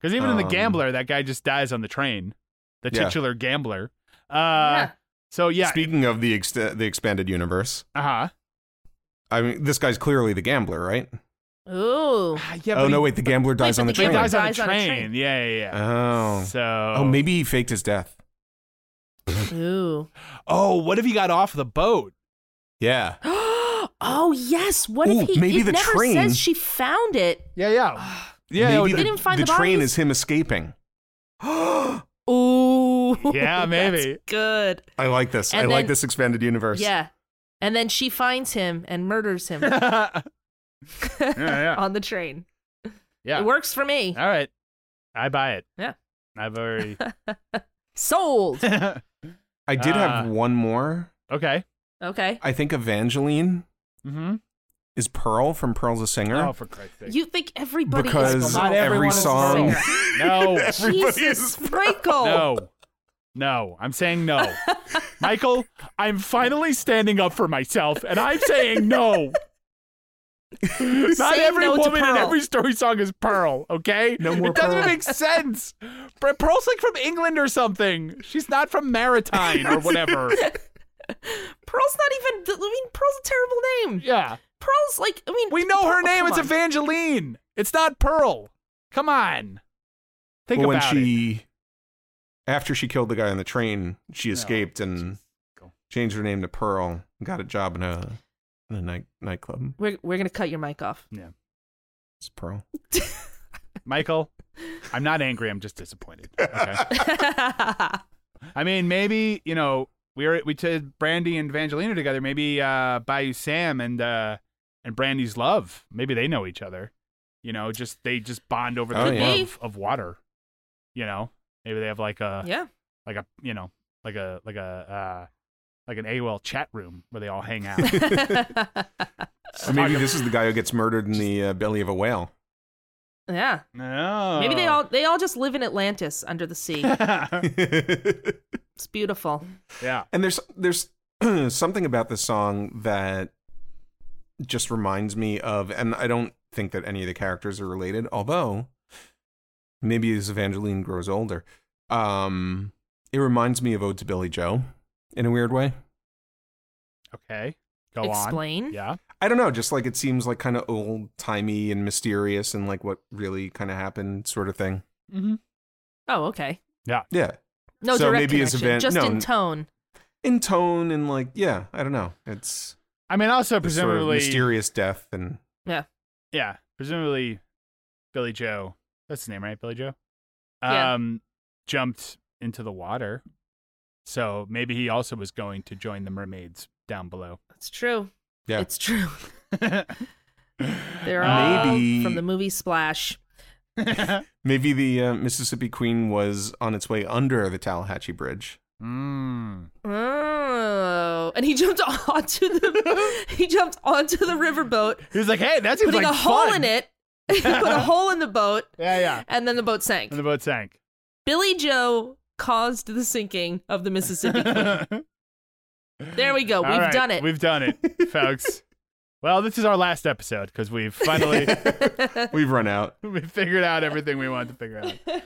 S2: Because even in the
S4: Um,
S2: gambler, that guy just dies on the train. The
S4: Yeah.
S2: titular gambler. Uh,
S1: Yeah.
S2: So yeah.
S4: Speaking of the ex- the expanded universe,
S2: uh huh.
S4: I mean, this guy's clearly the gambler, right?
S1: Ooh.
S2: Ah, Yeah.
S4: oh
S2: but
S4: no,
S2: he-
S4: wait, the gambler dies
S1: but
S4: on the
S1: the
S2: He
S4: train.
S1: gambler
S2: dies, on,
S1: Dies
S2: a
S1: on a
S2: train.
S1: train.
S2: Yeah, yeah, yeah.
S4: Oh.
S2: So
S4: oh, maybe he faked his death.
S1: Ooh.
S2: Oh, what if he got off the boat?
S4: Yeah.
S1: oh, yes. What
S4: Ooh,
S1: if he
S4: maybe
S1: it
S4: the
S1: never
S4: train-
S1: says she found it?
S2: Yeah, yeah. Yeah. it
S4: maybe
S2: would-
S1: They didn't find
S4: the
S1: the
S4: train
S1: bodies?
S4: is him escaping.
S1: Ooh.
S2: Yeah, maybe.
S1: That's good.
S4: I like this.
S1: And
S4: I like
S1: then-
S4: this expanded universe.
S1: Yeah. And then she finds him and murders him
S2: yeah, yeah.
S1: on the train.
S2: yeah.
S1: It works for me.
S2: All right. I buy it.
S1: Yeah.
S2: I've already
S1: Sold.
S4: I did
S2: Ah.
S4: have one more.
S2: Okay.
S1: Okay.
S4: I think Evangeline
S2: Mm-hmm.
S4: is Pearl from Pearl's a Singer.
S2: Oh, for Christ's sake.
S1: You think everybody
S4: because
S1: is
S2: Not
S1: Pearl.
S2: everyone
S4: every
S2: is a
S4: song
S2: singer. no.
S4: everybody
S1: Jesus,
S4: is
S1: Michael.
S2: No. No. I'm saying no. Michael, I'm finally standing up for myself and I'm saying no. Not
S1: Say
S2: every
S1: no to
S2: woman in
S1: Pearl.
S2: every story song is Pearl, okay?
S4: No more
S2: it doesn't
S4: Pearl.
S2: make sense. But Pearl's like from England or something. She's not from Maritime or whatever.
S1: Pearl's not even. I mean, Pearl's a terrible name.
S2: yeah.
S1: Pearl's like. I mean,
S2: We know her
S1: Pearl-
S2: name.
S1: come
S2: It's
S1: on.
S2: Evangeline. It's not Pearl. Come on. Think
S4: Well, when
S2: about it.
S4: she after she killed the guy on the train, she escaped and
S2: Go.
S4: changed her name to Pearl. And got a job in a in a night nightclub.
S1: We're we're gonna cut your mic off.
S4: It's Pearl.
S2: Michael, I'm not angry. I'm just disappointed. Okay. I mean, maybe you know we were we did Brandy and Evangelina together. Maybe uh, Bayou Sam and uh, and Brandy's love. Maybe they know each other. You know, just they just bond over the
S4: Oh,
S2: love
S4: yeah.
S2: of water. You know, maybe they have like a
S1: yeah.
S2: like a you know like a like a uh, like an AOL chat room where they all hang out.
S4: Or maybe this is the guy who gets murdered in the uh, belly of a whale.
S1: yeah.
S2: no.
S1: Maybe they all they all just live in Atlantis under the sea.
S4: and
S1: It's beautiful.
S2: yeah.
S4: there's there's something about this song that just reminds me of, and I don't think that any of the characters are related, although maybe as Evangeline grows older, um, it reminds me of Ode to Billy Joe in a weird way.
S2: Okay. Go on.
S1: Explain.
S2: Yeah.
S4: I don't know, just like it seems like kind of old timey and mysterious and like what really kind of happened sort of thing.
S2: Mm-hmm.
S1: Oh, okay.
S4: Yeah.
S1: No
S4: So
S1: direct
S4: maybe it's
S1: connection,
S4: Evan-
S1: just
S4: no,
S1: in
S4: n-
S1: tone.
S4: In tone and like, yeah, I don't know. It's
S2: I mean, also
S4: this sort of
S2: presumably
S4: mysterious death and
S2: yeah, presumably Billy Joe. That's his name, right? Billy Joe.
S1: Yeah.
S2: Um, jumped into the water, so maybe he also was going to join the mermaids down below.
S1: It's true.
S4: Yeah.
S1: It's true. They're all
S2: Uh, Maybe-
S1: from the movie Splash.
S4: Maybe the uh, Mississippi Queen was on its way under the Tallahatchie Bridge.
S1: Hmm.
S2: Mm.
S1: Oh, and he jumped onto the he jumped onto the riverboat,
S2: He was like, "Hey, that seems
S1: putting
S2: like
S1: a hole in
S2: fun.
S1: it. He put a hole in the boat,
S2: Yeah, yeah.
S1: and then the boat sank.
S2: And the boat sank.
S1: Billy Joe caused the sinking of the Mississippi. Queen. there we go.
S2: All
S1: We've
S2: right,
S1: done it.
S2: We've done it, folks. Well, this is our last episode because we've finally
S4: We've run out.
S2: we figured out everything we wanted to figure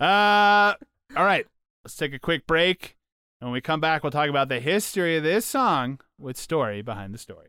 S2: out. Uh, all right, let's take a quick break. When we come back, we'll talk about the history of this song with story behind the story.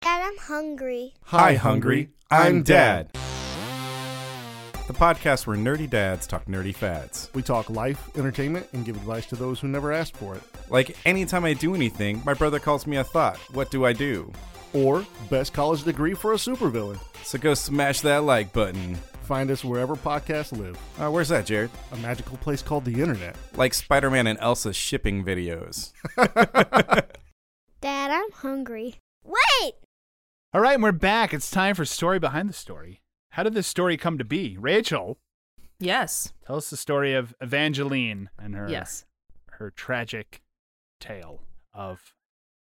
S7: Dad, I'm hungry.
S8: Hi, Hungry. I'm Dad. The podcast where nerdy dads talk nerdy fads.
S9: We talk life, entertainment, and give advice to those who never asked for it.
S8: Like, anytime I do anything, my brother calls me a thought. What do I do?
S9: Or best college degree for a supervillain.
S8: So go smash that like button.
S9: Find us wherever podcasts live,
S8: Uh, where's that, Jared?
S9: a magical place called the internet.
S8: Like Spider Man and Elsa shipping videos.
S7: Dad, I'm hungry. Wait!
S2: All right, and we're back. It's time for story behind the story. How did this story come to be? Rachel,
S1: yes.
S2: tell us the story of Evangeline and her
S1: Yes.
S2: her tragic tale of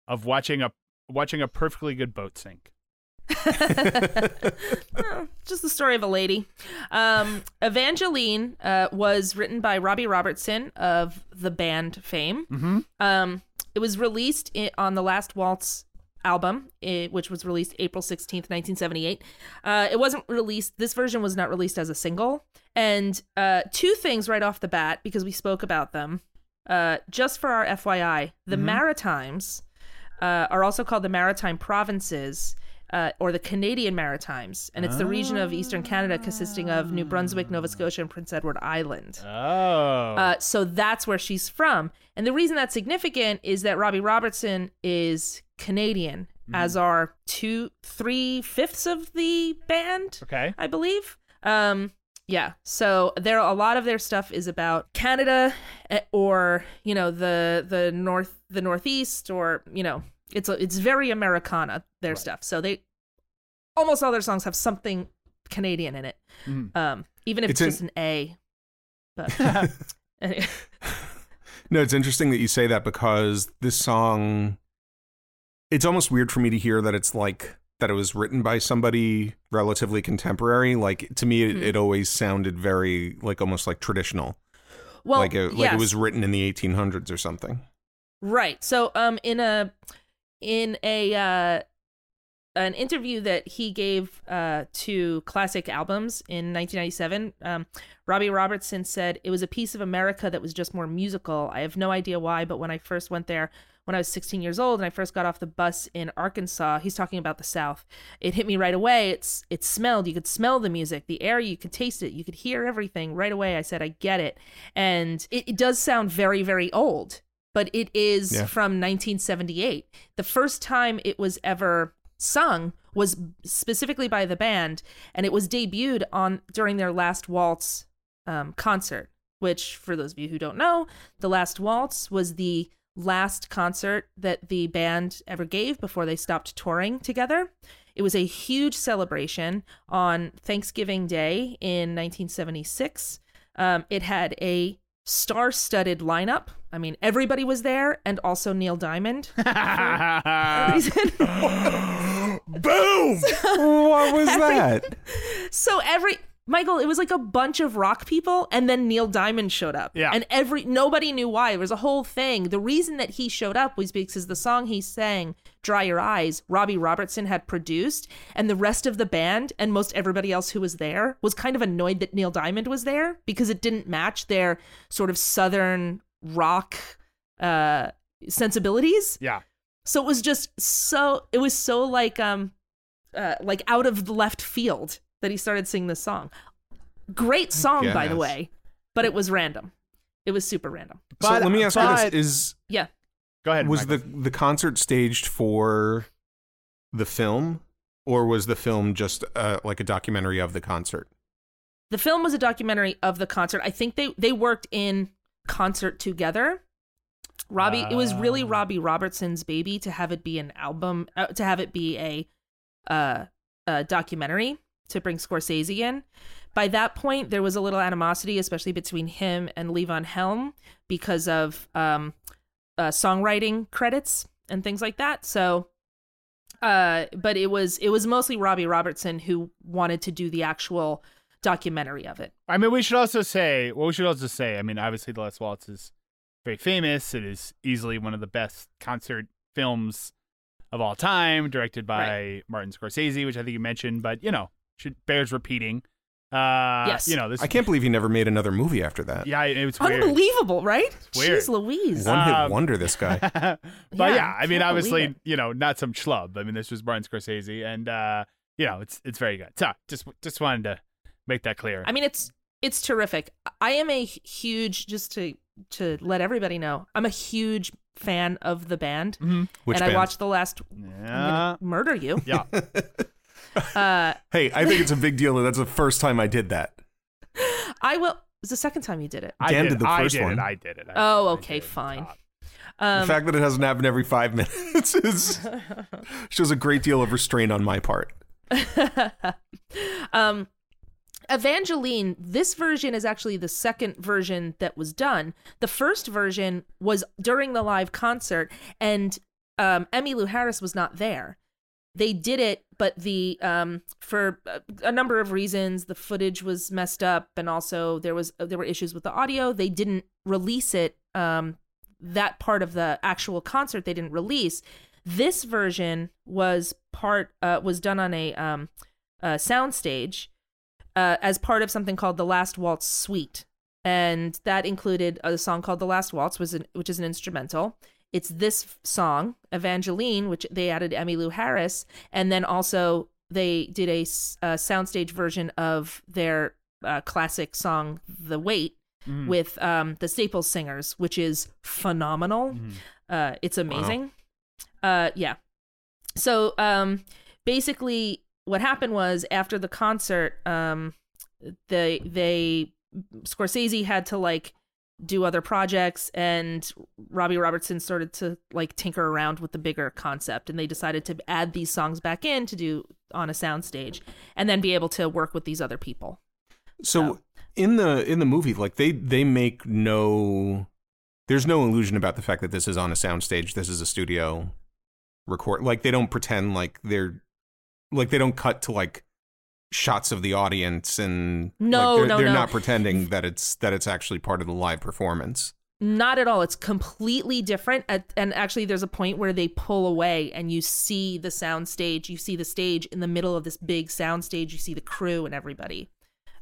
S2: of watching a watching a perfectly good boat sink.
S1: Oh, just the story of a lady. Um, Evangeline uh, was written by Robbie Robertson of the band Fame.
S2: Mm-hmm.
S1: Um, it was released i on the Last Waltz album, eh, which was released April 16th, 1978. Uh, it wasn't released, this version was not released as a single. And uh, two things right off the bat, because we spoke about them. Uh, just for our FYI, the Maritimes uh, are also called the Maritime Provinces. Uh, or the Canadian Maritimes, and it's the region of eastern Canada consisting of New Brunswick, Nova Scotia, and Prince Edward Island.
S2: Oh.
S1: Uh, so that's where she's from. And the reason that's significant is that Robbie Robertson is Canadian, as are two, three fifths of the band,
S2: okay.
S1: I believe. Um, yeah. So there, a lot of their stuff is about Canada, eh, or you know the the north, the northeast, or you know it's a, it's very Americana their stuff. So they almost all their songs have something Canadian in it,
S2: Mhm.
S1: um, even if
S4: Mm-hmm.
S1: it's,
S4: It's an-
S1: just an A. But anyway.
S4: No, it's interesting that you say that because this song it's almost weird for me to hear that it's like that it was written by somebody relatively contemporary. Like to me it, it always sounded very like almost like traditional.
S1: Well,
S4: like it, like
S1: yes.
S4: it was written in the 1800s or something.
S1: right. So, um, in a in a uh, an interview that he gave uh, to Classic Albums in 1997. Um, Robbie Robertson said, It was a piece of America that was just more musical. I have no idea why, but when I first went there, when I was 16 years old and I first got off the bus in Arkansas, he's talking about the South. It hit me right away. It's it smelled. You could smell the music, the air. You could taste it. You could hear everything right away. I said, I get it, and it, it does sound very very old, but it is
S4: Yeah.
S1: from 1978. The first time it was ever sung was specifically by the band, and it was debuted on during their last waltz um, concert, which, for those of you who don't know, The Last Waltz was the last concert that the band ever gave before they stopped touring together. It was a huge celebration on Thanksgiving Day in 1976. Um, it had a star studded lineup. I mean, everybody was there, and also Neil Diamond.
S4: Boom! what was that?
S1: So every Michael, it was like a bunch of rock people, and then Neil Diamond showed up.
S2: Yeah.
S1: and every nobody knew why. It was a whole thing. The reason that he showed up was because the song he sang, "Dry Your Eyes," Robbie Robertson had produced, and the rest of the band and most everybody else who was there was kind of annoyed that Neil Diamond was there because it didn't match their sort of southern rock uh, sensibilities.
S2: Yeah.
S1: So it was just so it was so like um uh, like out of the left field that he started singing this song. Great song, by the
S4: guess.
S1: way, but it was random. It was super random.
S4: so
S2: But-
S4: let me ask you
S2: but-
S4: this: Is
S1: Yeah.
S2: Go ahead.
S4: was
S2: Michael.
S4: the the concert staged for the film, or was the film just uh, like a documentary of the concert?
S1: The film was a documentary of the concert. I think they they worked in concert together. Robbie, it was really
S2: Ah.
S1: Robbie Robertson's baby to have it be an album, uh, to have it be a, uh, a documentary to bring Scorsese in. By that point, there was a little animosity, especially between him and Levon Helm, because of um, uh, songwriting credits and things like that. So, uh, but it was it was mostly Robbie Robertson who wanted to do the actual documentary of it.
S2: I mean, we should also say what we should also say. I mean, obviously, The Last Waltz is very famous. It is easily one of the best concert films of all time, directed by Martin Scorsese, which I think you mentioned. But you know, should bears repeating. Uh,
S1: Yes.
S2: You know this.
S4: I can't believe he never made another movie after that.
S2: Yeah, it, it's weird.
S1: Unbelievable, right?
S2: weird.
S1: Jeez Louise. Uh,
S4: One hit
S2: Um,
S4: wonder, this guy.
S2: but
S1: Yeah,
S2: yeah,
S1: I
S2: I mean,
S1: can't
S2: obviously,
S1: believe
S2: you know, not some schlub. I mean, this was Martin Scorsese, and uh, you know, it's it's very good. So just just wanted to make that clear.
S1: I mean, it's it's terrific. I am a huge just to to let everybody know. I'm a huge fan of the band,
S4: Which
S1: and
S4: band?
S1: I watched the last. I'm
S2: yeah.
S1: gonna murder you.
S2: Uh, Yeah.
S1: Uh,
S4: Hey, I think it's a big deal that that's the first time I did that.
S1: I will. It's the second time you did it.
S2: I
S4: Dan
S2: did,
S4: did
S2: it.
S4: the
S2: I
S4: first
S2: did
S4: one.
S2: It. I did it. I-
S1: Oh,
S2: I
S1: okay,
S2: did it.
S1: fine.
S2: Top.
S1: Um,
S4: the fact that it hasn't happened every five minutes is, shows a great deal of restraint on my part.
S1: um Evangeline, this version is actually the second version that was done. The first version was during the live concert, and um, Emmy Lou Harris was not there. They did it, but the um, for a- a number of reasons, the footage was messed up, and also there was there were issues with the audio. They didn't release it. Um, that part of the actual concert they didn't release. This version was part uh, was done on a um, uh, soundstage uh, as part of something called the Last Waltz Suite, and that included a song called "The Last Waltz," was an, which is an instrumental. It's this f- song, "Evangeline," which they added Emmy Lou Harris, and then also they did a, s- uh soundstage version of their uh, classic song "The Wait" with um, the Staples Singers, which is phenomenal. Uh, it's amazing. Uh, yeah. So um, basically, what happened was after the concert, um, they they Scorsese had to like do other projects, and Robbie Robertson started to like tinker around with the bigger concept, and they decided to add these songs back in to do on a soundstage, and then be able to work with these other people.
S4: So in the in the movie, like they they make no, there's no illusion about the fact that this is on a soundstage. This is a studio record. Like they don't pretend like they're, like they don't cut to like shots of the audience and like,
S1: No,
S4: they're,
S1: no,
S4: they're
S1: no.
S4: not pretending that it's that it's actually part of the live performance.
S1: Not at all. It's completely different. At, and actually, there's a point where they pull away and you see the sound stage. You see the stage in the middle of this big sound stage. You see the crew and everybody.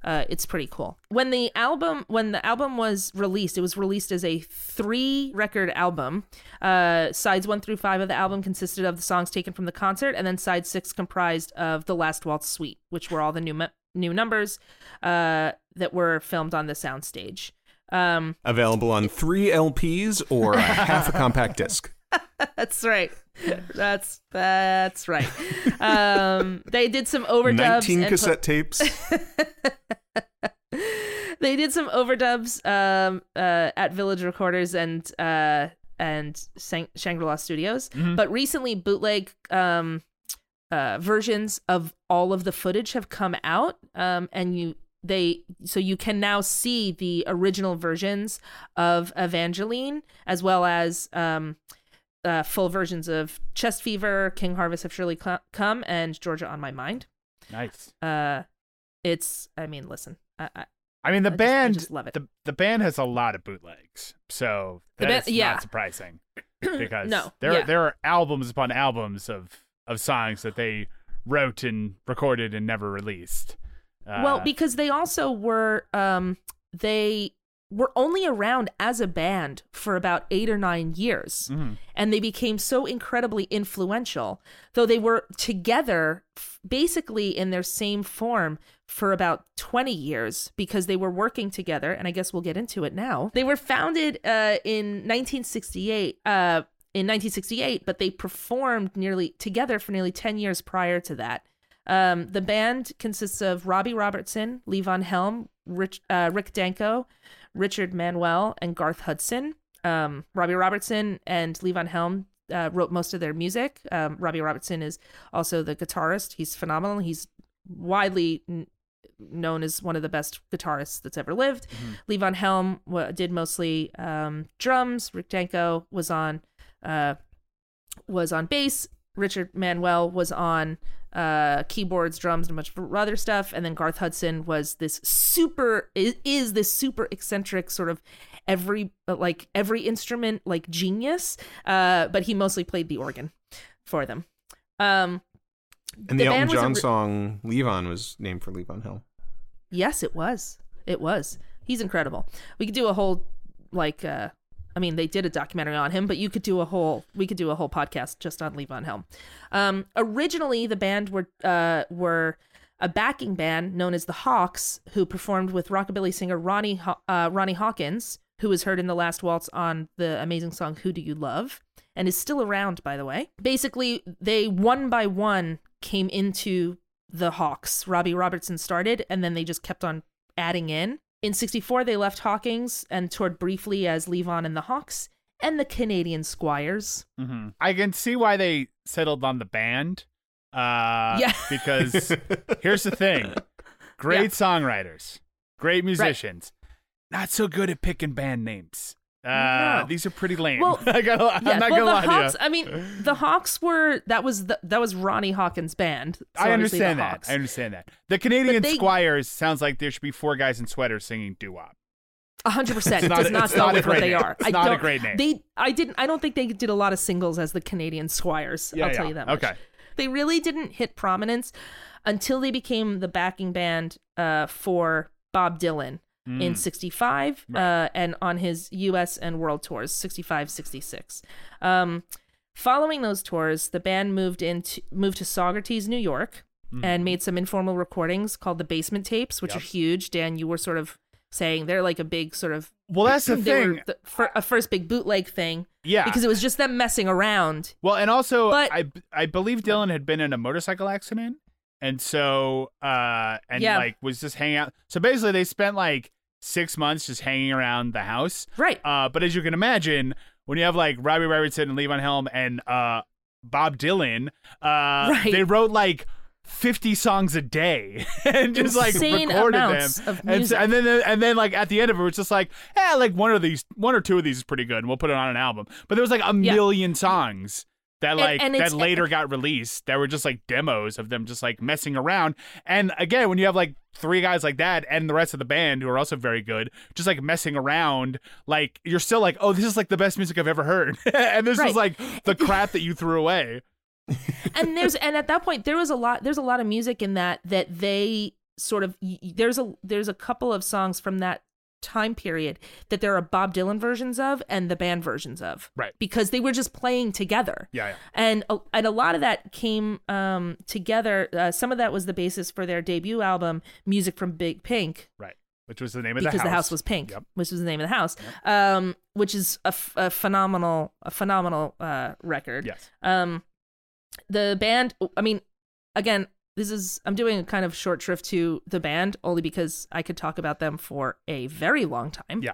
S1: Uh, it's pretty cool. When the album when the album was released, it was released as a three record album. Uh, sides one through five of the album consisted of the songs taken from the concert, and then side six comprised of the Last Waltz Suite, which were all the new mu- new numbers uh, that were filmed on the soundstage. Um,
S4: Available on three LPs or a half a compact disc.
S1: That's right. That's that's right. Um, they did some overdubs. and
S4: 19
S1: put-
S4: cassette tapes.
S1: they did some overdubs um, uh, at Village Recorders and uh, and Sang- Shangri La Studios. But recently, bootleg um, uh, versions of all of the footage have come out, um, and you they so you can now see the original versions of Evangeline as well as. Um, uh, full versions of Chest Fever, King Harvest Have Surely Cl- Come, and Georgia on My Mind.
S2: Nice.
S1: Uh, it's, I mean, listen, I, I,
S2: I mean, the
S1: I just- I
S2: band,
S1: just love it.
S2: the the band has a lot of bootlegs, so
S1: The
S2: that's
S1: band- yeah.
S2: not surprising because
S1: No,
S2: there
S1: yeah.
S2: are, there are albums upon albums of of songs that they wrote and recorded and never released. Uh,
S1: well, because they also were, um, they were only around as a band for about eight or nine years, and they became so incredibly influential. Though they were together, f- basically in their same form for about 20 years because they were working together and i guess we'll get into it now they were founded uh, in 1968 uh, in 1968 but they performed nearly together for nearly 10 years prior to that um, the band consists of robbie robertson levon helm Rich, uh, rick danko richard manuel and garth hudson um, robbie robertson and levon helm uh, wrote most of their music um, robbie robertson is also the guitarist he's phenomenal he's widely n- known as one of the best guitarists that's ever lived. Levon Helm wa did mostly um, drums. Rick Danko was on uh, was on bass. Richard Manuel was on uh, keyboards, drums, and a bunch of other stuff. And then Garth Hudson was this super is, is this super eccentric sort of every but like every instrument like genius. Uh, but he mostly played the organ for them. Um,
S4: And
S1: The
S4: the, Elton
S1: band was
S4: John
S1: ori-
S4: song Levon was named for Levon Hill.
S1: Yes, it was. It was. He's incredible. We could do a whole like uh I mean they did a documentary on him, but you could do a whole we could do a whole podcast just on Levon Helm. Um originally the band were uh were a backing band known as the Hawks who performed with rockabilly singer Ronnie Haw- uh, Ronnie Hawkins, who was heard in the last waltz on the amazing song Who Do You Love and is still around by the way. Basically, they one by one came into the Hawks. Robbie Robertson started, and then they just kept on adding in. In 64, they left Hawkins and toured briefly as Levon and the Hawks and the Canadian Squires.
S2: mhm. I can see why they settled on the band. Uh,
S1: Yeah.
S2: because here's the thing: great
S1: Yeah.
S2: songwriters, great musicians, not so good at picking band names. Uh,
S1: No.
S2: These are pretty lame.
S1: Well,
S2: I gotta, I'm
S1: Yeah,
S2: not
S1: well,
S2: gonna lie
S1: the
S2: to you.
S1: Hawks, I mean, the Hawks were, that was the, that was Ronnie Hawkins' band. So
S2: I
S1: obviously the
S2: understand that.
S1: Hawks.
S2: I understand that. The Canadian
S1: they-
S2: Squires sounds like there should be four guys in sweaters singing doo wop.
S1: 100%
S2: It's not-
S1: does not
S2: it's
S1: go
S2: not a
S1: with what
S2: great
S1: they
S2: name.
S1: are.
S2: It's
S1: I
S2: not a
S1: don't-
S2: great name.
S1: They, I didn't, I don't think they did a lot of singles as the Canadian Squires.
S2: Yeah,
S1: I'll tell
S2: yeah.
S1: you that much.
S2: Okay.
S1: They really didn't hit prominence until they became the backing band uh, for Bob Dylan
S2: Mm.
S1: in 65 uh, and on his US and world tours, 65, 66. Um, following those tours, the band moved into moved to Socrates, New York,
S2: Mm-hmm.
S1: and made some informal recordings called the Basement Tapes, which are huge. Dan, you were sort of saying they're like a big sort of
S2: Well, that's the
S1: they
S2: thing.
S1: were the, for a first big bootleg thing.
S2: Yeah.
S1: because it was just them messing around.
S2: well, and also,
S1: But-
S2: I I believe Dylan had been in a motorcycle accident, and so uh, and
S1: Yeah.
S2: like was just hanging out. So basically, they spent like six months just hanging around the house.
S1: Right.
S2: Uh, but as you can imagine, when you have like Robbie Robertson and Levon Helm and uh, Bob Dylan, uh,
S1: Right.
S2: they wrote like 50 songs a day and just like
S1: Insane
S2: recorded
S1: amounts
S2: them.
S1: of
S2: and, so-
S1: music.
S2: and then and then like at the end of it, it's just like, eh, like one of these, one or two of these is pretty good, and we'll put it on an album. But there was like a
S1: Yeah.
S2: million songs
S10: that
S1: And-
S10: like
S1: and
S10: that
S1: it's-
S10: later got released that were just like demos of them just like messing around. And again, when you have like three guys like that and the rest of the band who are also very good, just like messing around, like you're still like, oh, this is like the best music I've ever heard, and this
S1: Right.
S10: is like the crap that you threw away.
S1: and there's and at that point there was a lot there's a lot of music in that that they sort of y- y- there's a there's a couple of songs from that time period that there are Bob Dylan versions of and the band versions of
S10: Right.
S1: because they were just playing together
S10: Yeah, yeah.
S1: and a, and a lot of that came um together uh, some of that was the basis for their debut album music from Big Pink
S10: Right. Which was the name of
S1: because
S10: the house.
S1: was pink,
S10: Yep.
S1: which was the name of the house, um, which is a, f- a phenomenal, a phenomenal uh, record.
S10: Yes.
S1: Um, the band, I mean, again, this is I'm doing a kind of short shrift to the band only because I could talk about them for a very long time.
S10: Yeah.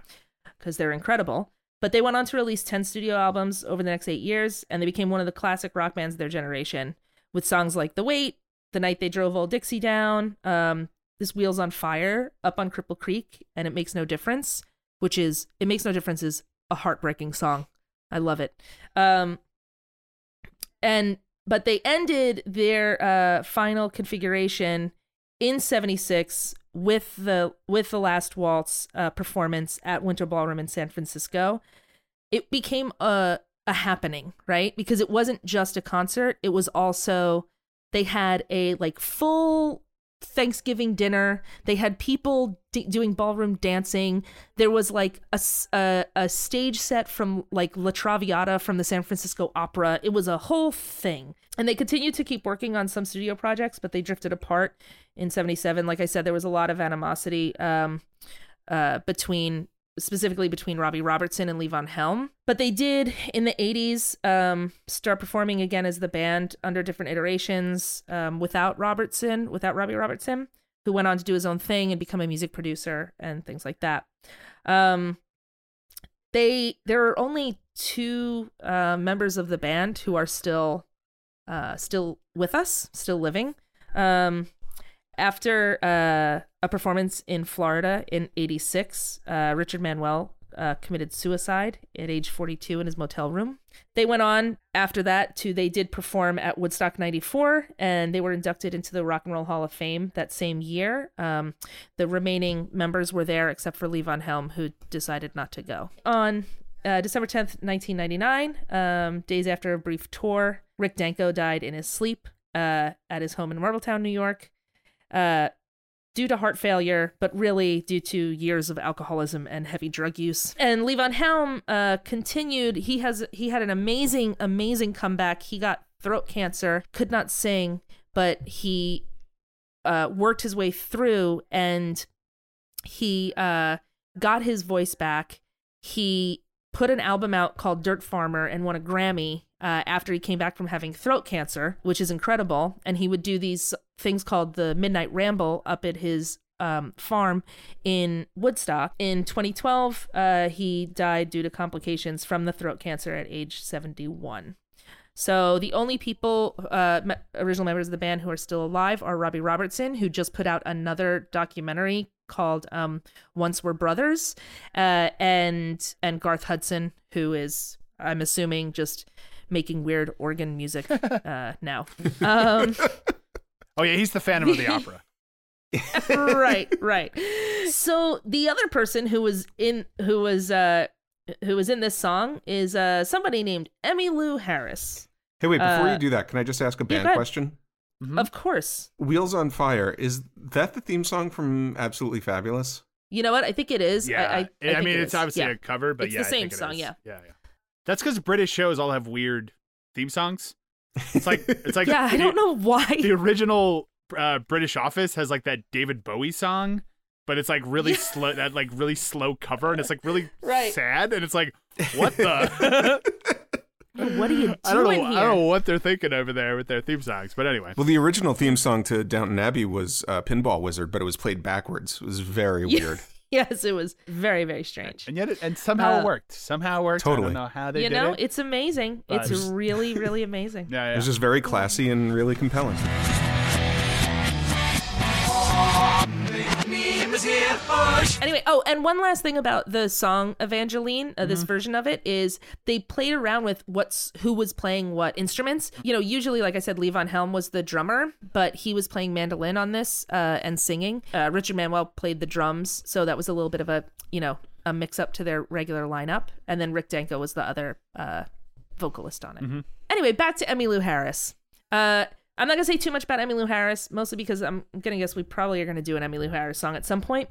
S1: because they're incredible. But they went on to release 10 studio albums over the next eight years, and they became one of the classic rock bands of their generation with songs like The Wait, The Night They Drove Old Dixie Down, um, This Wheel's on Fire, Up on Cripple Creek, and It Makes No Difference, which is, It Makes No Difference is a heartbreaking song. I love it. Um, and, but they ended their uh, final configuration in 76 with the with the last waltz uh, performance at winter ballroom in san francisco it became a a happening right because it wasn't just a concert it was also they had a like full thanksgiving dinner they had people d- doing ballroom dancing there was like a, s- a- a stage set from like la traviata from the san francisco opera it was a whole thing and they continued to keep working on some studio projects but they drifted apart in 77 like i said there was a lot of animosity um, uh, between specifically between Robbie Robertson and Levon Helm. But they did in the 80s um, start performing again as the band under different iterations um, without Robertson, without Robbie Robertson, who went on to do his own thing and become a music producer and things like that. Um, they there are only two uh, members of the band who are still uh, still with us, still living. Um, after uh, a performance in Florida in '86, uh, Richard Manuel uh, committed suicide at age 42 in his motel room. They went on after that to they did perform at Woodstock '94, and they were inducted into the Rock and Roll Hall of Fame that same year. Um, the remaining members were there except for Levon Helm, who decided not to go. On uh, December 10th, 1999, um, days after a brief tour, Rick Danko died in his sleep uh, at his home in Marbletown, New York uh, due to heart failure, but really due to years of alcoholism and heavy drug use. And Levon Helm uh, continued. He has he had an amazing, amazing comeback. He got throat cancer, could not sing, but he uh, worked his way through and he uh, got his voice back. He put an album out called Dirt Farmer and won a Grammy uh, after he came back from having throat cancer, which is incredible. And he would do these things called the Midnight Ramble up at his um, farm in Woodstock. In 2012, uh, he died due to complications from the throat cancer at age 71. So the only people, uh, me- original members of the band who are still alive are Robbie Robertson, who just put out another documentary called um, "Once We're Brothers," uh, and and Garth Hudson, who is, I'm assuming, just making weird organ music uh, now. Um,
S10: Oh yeah, he's the Phantom of the Opera.
S1: right, right. So the other person who was in who was uh, who was in this song is uh, somebody named Emmy Lou Harris.
S4: Hey, wait, before
S1: Uh,
S4: you do that, can I just ask a
S1: go
S4: band
S1: ahead.
S4: question?
S1: Of course.
S4: Wheels on Fire, is that the theme song from Absolutely Fabulous?
S1: You know what? I think it is.
S10: Yeah,
S1: I, I, I think
S10: mean
S1: it
S10: it's
S1: is.
S10: obviously
S1: Yeah.
S10: a cover, but
S1: it's
S10: yeah,
S1: the
S10: I
S1: same
S10: think it
S1: song.
S10: is.
S1: Yeah,
S10: yeah, yeah. That's because British shows all have weird theme songs. It's like it's like
S1: yeah. I
S10: the-
S1: don't know why.
S10: The original uh, British Office has like that David Bowie song, but it's like really slow. That like really slow cover, and it's like really
S1: Right.
S10: sad, and it's like what the.
S1: what are you doing
S10: I don't know.
S1: here?
S10: I don't know what they're thinking over there with their theme songs, but anyway.
S4: Well, the original theme song to Downton Abbey was uh, Pinball Wizard, but it was played backwards. It was very
S1: Yeah.
S4: weird.
S1: Yes, it was very very strange.
S10: And yet, it, and somehow
S1: Uh,
S10: it worked. Somehow it worked. I
S4: Totally.
S10: don't know how they
S1: You
S10: did
S1: know,
S10: it.
S1: it's amazing.
S10: But-
S1: It's really really amazing.
S10: yeah, yeah.
S4: It was just very classy and really compelling.
S5: Name is here,
S1: Anyway, oh, and one last thing about the song Evangeline, uh, this version of it is they played around with what's who was playing what instruments. You know, usually, like I said, Levon Helm was the drummer, but he was playing mandolin on this uh, and singing. Uh, Richard Manuel played the drums, so that was a little bit of a you know a mix up to their regular lineup. And then Rick Danko was the other uh, vocalist on it. Anyway, back to Emmylou Harris. Uh, I'm not gonna say too much about Emmylou Harris, mostly because I'm gonna guess we probably are gonna do an Emmylou Harris song at some point.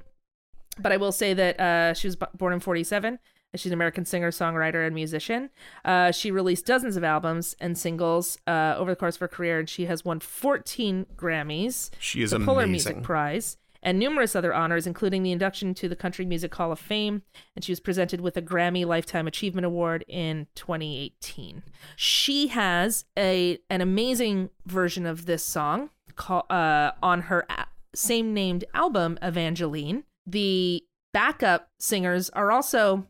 S1: But I will say that uh, she was b- born in 47. and She's an American singer, songwriter, and musician. Uh, she released dozens of albums and singles uh, over the course of her career, and she has won 14 Grammys,
S4: She is
S1: the Polar
S4: amazing.
S1: Music Prize, and numerous other honors, including the induction to the Country Music Hall of Fame. And she was presented with a Grammy Lifetime Achievement Award in 2018. She has a an amazing version of this song call, uh, on her a- same named album, Evangeline. The backup singers are also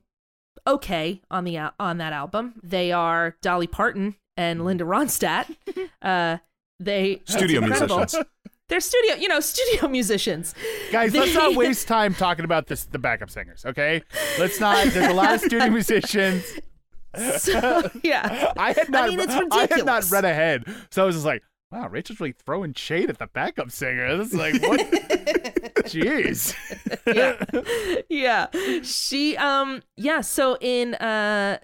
S1: okay on the al- on that album. They are Dolly Parton and Linda Ronstadt. uh, they it's
S4: Studio
S1: incredible.
S4: musicians.
S1: They're studio, you know, studio musicians.
S10: Guys, let's not
S1: They-
S10: waste time talking about this the backup singers, okay? Let's not. There's a lot of studio musicians.
S1: So, yeah.
S10: I had not.
S1: I mean, it's
S10: I had not
S1: ridiculous.
S10: read ahead, so I was just like, "Wow, Rachel's really throwing shade at the backup singer." It's like, what? Jeez.
S1: yeah she um yeah so in uh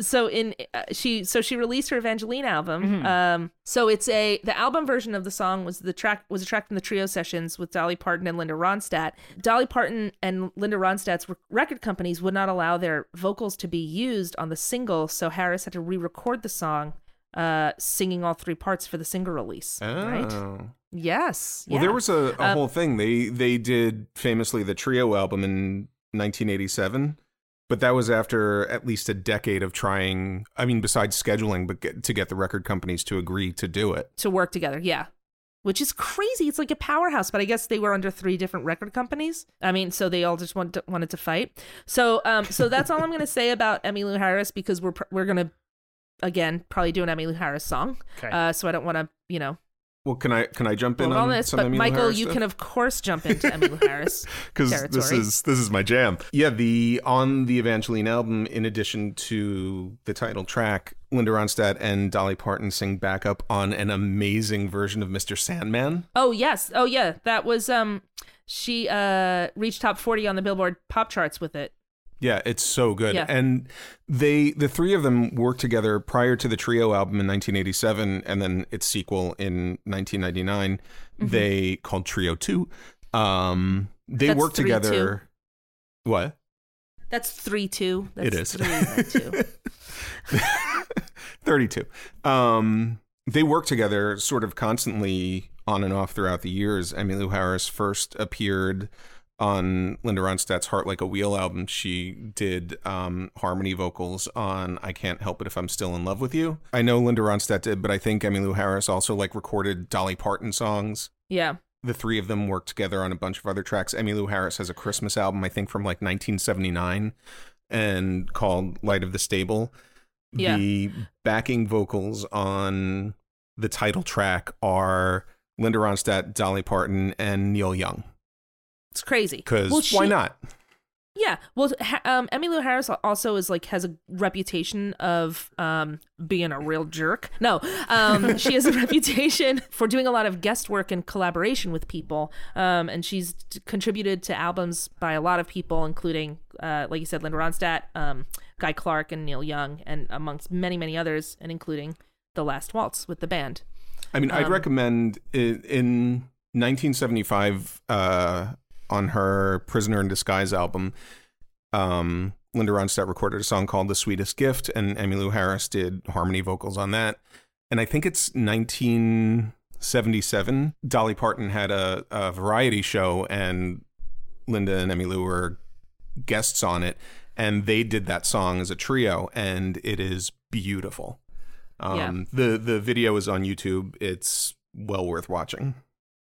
S1: so in uh, she so she released her evangeline album
S4: Mm-hmm.
S1: um so it's a the album version of the song was the track was a track from the trio sessions with dolly parton and linda ronstadt dolly parton and linda ronstadt's r- record companies would not allow their vocals to be used on the single so harris had to re-record the song uh singing all three parts for the single release right
S4: Oh.
S1: yes
S4: Well,
S1: yeah.
S4: there was a, a
S1: Um,
S4: whole thing. They they did famously the trio album in 1987, but that was after at least a decade of trying. I mean, besides scheduling, but get, to get the record companies to agree to do it.
S1: to work together. Yeah. Which is crazy. It's like a powerhouse, but I guess they were under three different record companies. I mean, so they all just want to, wanted to fight. So, um, so that's all I'm going to say about Emmylou Harris because we're pr- we're going to again probably do an Emmylou Harris song.
S4: Okay.
S1: Uh, so I don't want to, you know,
S4: Well, can I can I jump in
S1: build
S4: on
S1: on this,
S4: some
S1: but
S4: Emmylou
S1: Michael,
S4: Harris
S1: you
S4: stuff?
S1: can of course jump into Emmylou Harris
S4: because
S1: territory.
S4: this is this is my jam. Yeah, the on the Evangeline album, in addition to the title track, Linda Ronstadt and Dolly Parton sing backup on an amazing version of Mr. Sandman.
S1: Oh yes. Oh yeah. That was um she uh reached top 40 on the Billboard pop charts with it.
S4: Yeah, it's so good.
S1: Yeah.
S4: And they the three of them worked together prior to the trio album in 1987 and then its sequel in 1999.
S1: Mhm.
S4: They called Trio 2. Um they
S1: That's
S4: worked
S1: three,
S4: together What?
S1: That's 3 2. That's
S4: It is.
S1: 3 by 2.
S4: 32. Um, they worked together sort of constantly on and off throughout the years. Emmylou Harris first appeared on Linda Ronstadt's Heart Like a Wheel album. She did um, harmony vocals on I Can't Help It If I'm Still in Love with You. I know Linda Ronstadt did, but I think Emmylou Harris also like recorded Dolly Parton songs.
S1: Yeah.
S4: The three of them worked together on a bunch of other tracks. Emmylou Harris has a Christmas album, I think, from like 1979, and called Light of the Stable
S1: Yeah.
S4: the backing vocals on the title track are Linda Ronstadt, Dolly Parton, and Neil Young.
S1: It's crazy.
S4: Because
S1: Well,
S4: why
S1: she-
S4: not?
S1: Yeah. Well, ha- um, Emmylou Harris also is like has a reputation of um, being a real jerk. No, um, she has a reputation for doing a lot of guest work and collaboration with people, um, and she's t- contributed to albums by a lot of people, including, uh, like you said, Linda Ronstadt, um, Guy Clark, and Neil Young, and amongst many, many others, and including the Last Waltz with the band.
S4: I mean, I'd
S1: Um,
S4: recommend i- in 1975 uh, on her Prisoner in Disguise album, um, Linda Ronstadt recorded a song called The Sweetest Gift, and Emmylou Harris did harmony vocals on that. And I think it's 1977. Dolly Parton had a, a variety show, and Linda and Emmylou were guests on it. And they did that song as a trio, and it is beautiful.
S1: Yeah.
S4: Um, The the video is on YouTube. It's well worth watching.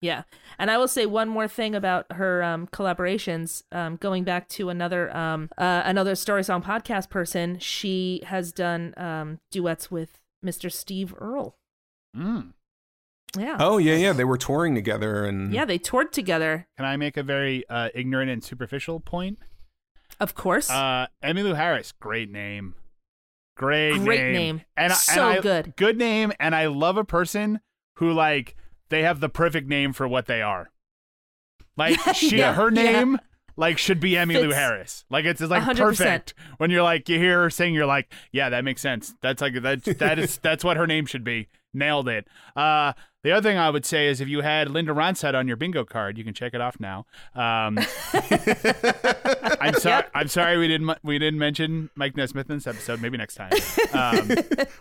S1: Yeah. And I will say one more thing about her um, collaborations. Um, going back to another um, uh, another story song podcast person, she
S2: Hmm,
S1: has done um, duets with Mr. Steve Earle.
S10: Mm.
S1: Yeah.
S4: Oh yeah, yeah. They were touring together and
S1: Yeah, they toured together.
S2: Can I make a very uh, ignorant and superficial point?
S1: Of course.
S2: Uh, Emmylou Harris, great name, great,
S1: Great
S2: name,
S1: name.
S2: and I-
S1: So
S2: and I-
S1: good.
S2: good name. And I love a person who like they have the perfect name for what they are. Like she,
S1: Yeah.
S2: her
S1: Yeah.
S2: name, like should be Emmylou
S1: Fits.
S2: Harris. Like it's, it's like
S1: 100%.
S2: perfect when you're like you hear her sing, you're like, yeah, that makes sense. That's like that that is that's what her name should be. Nailed it. Uh, the other thing I would say is if you had Linda Ronstadt on your bingo card, you can check it off now. Um, I'm sorry. I'm sorry we didn't we didn't mention Mike Nesmith in this episode. Maybe next time. Um,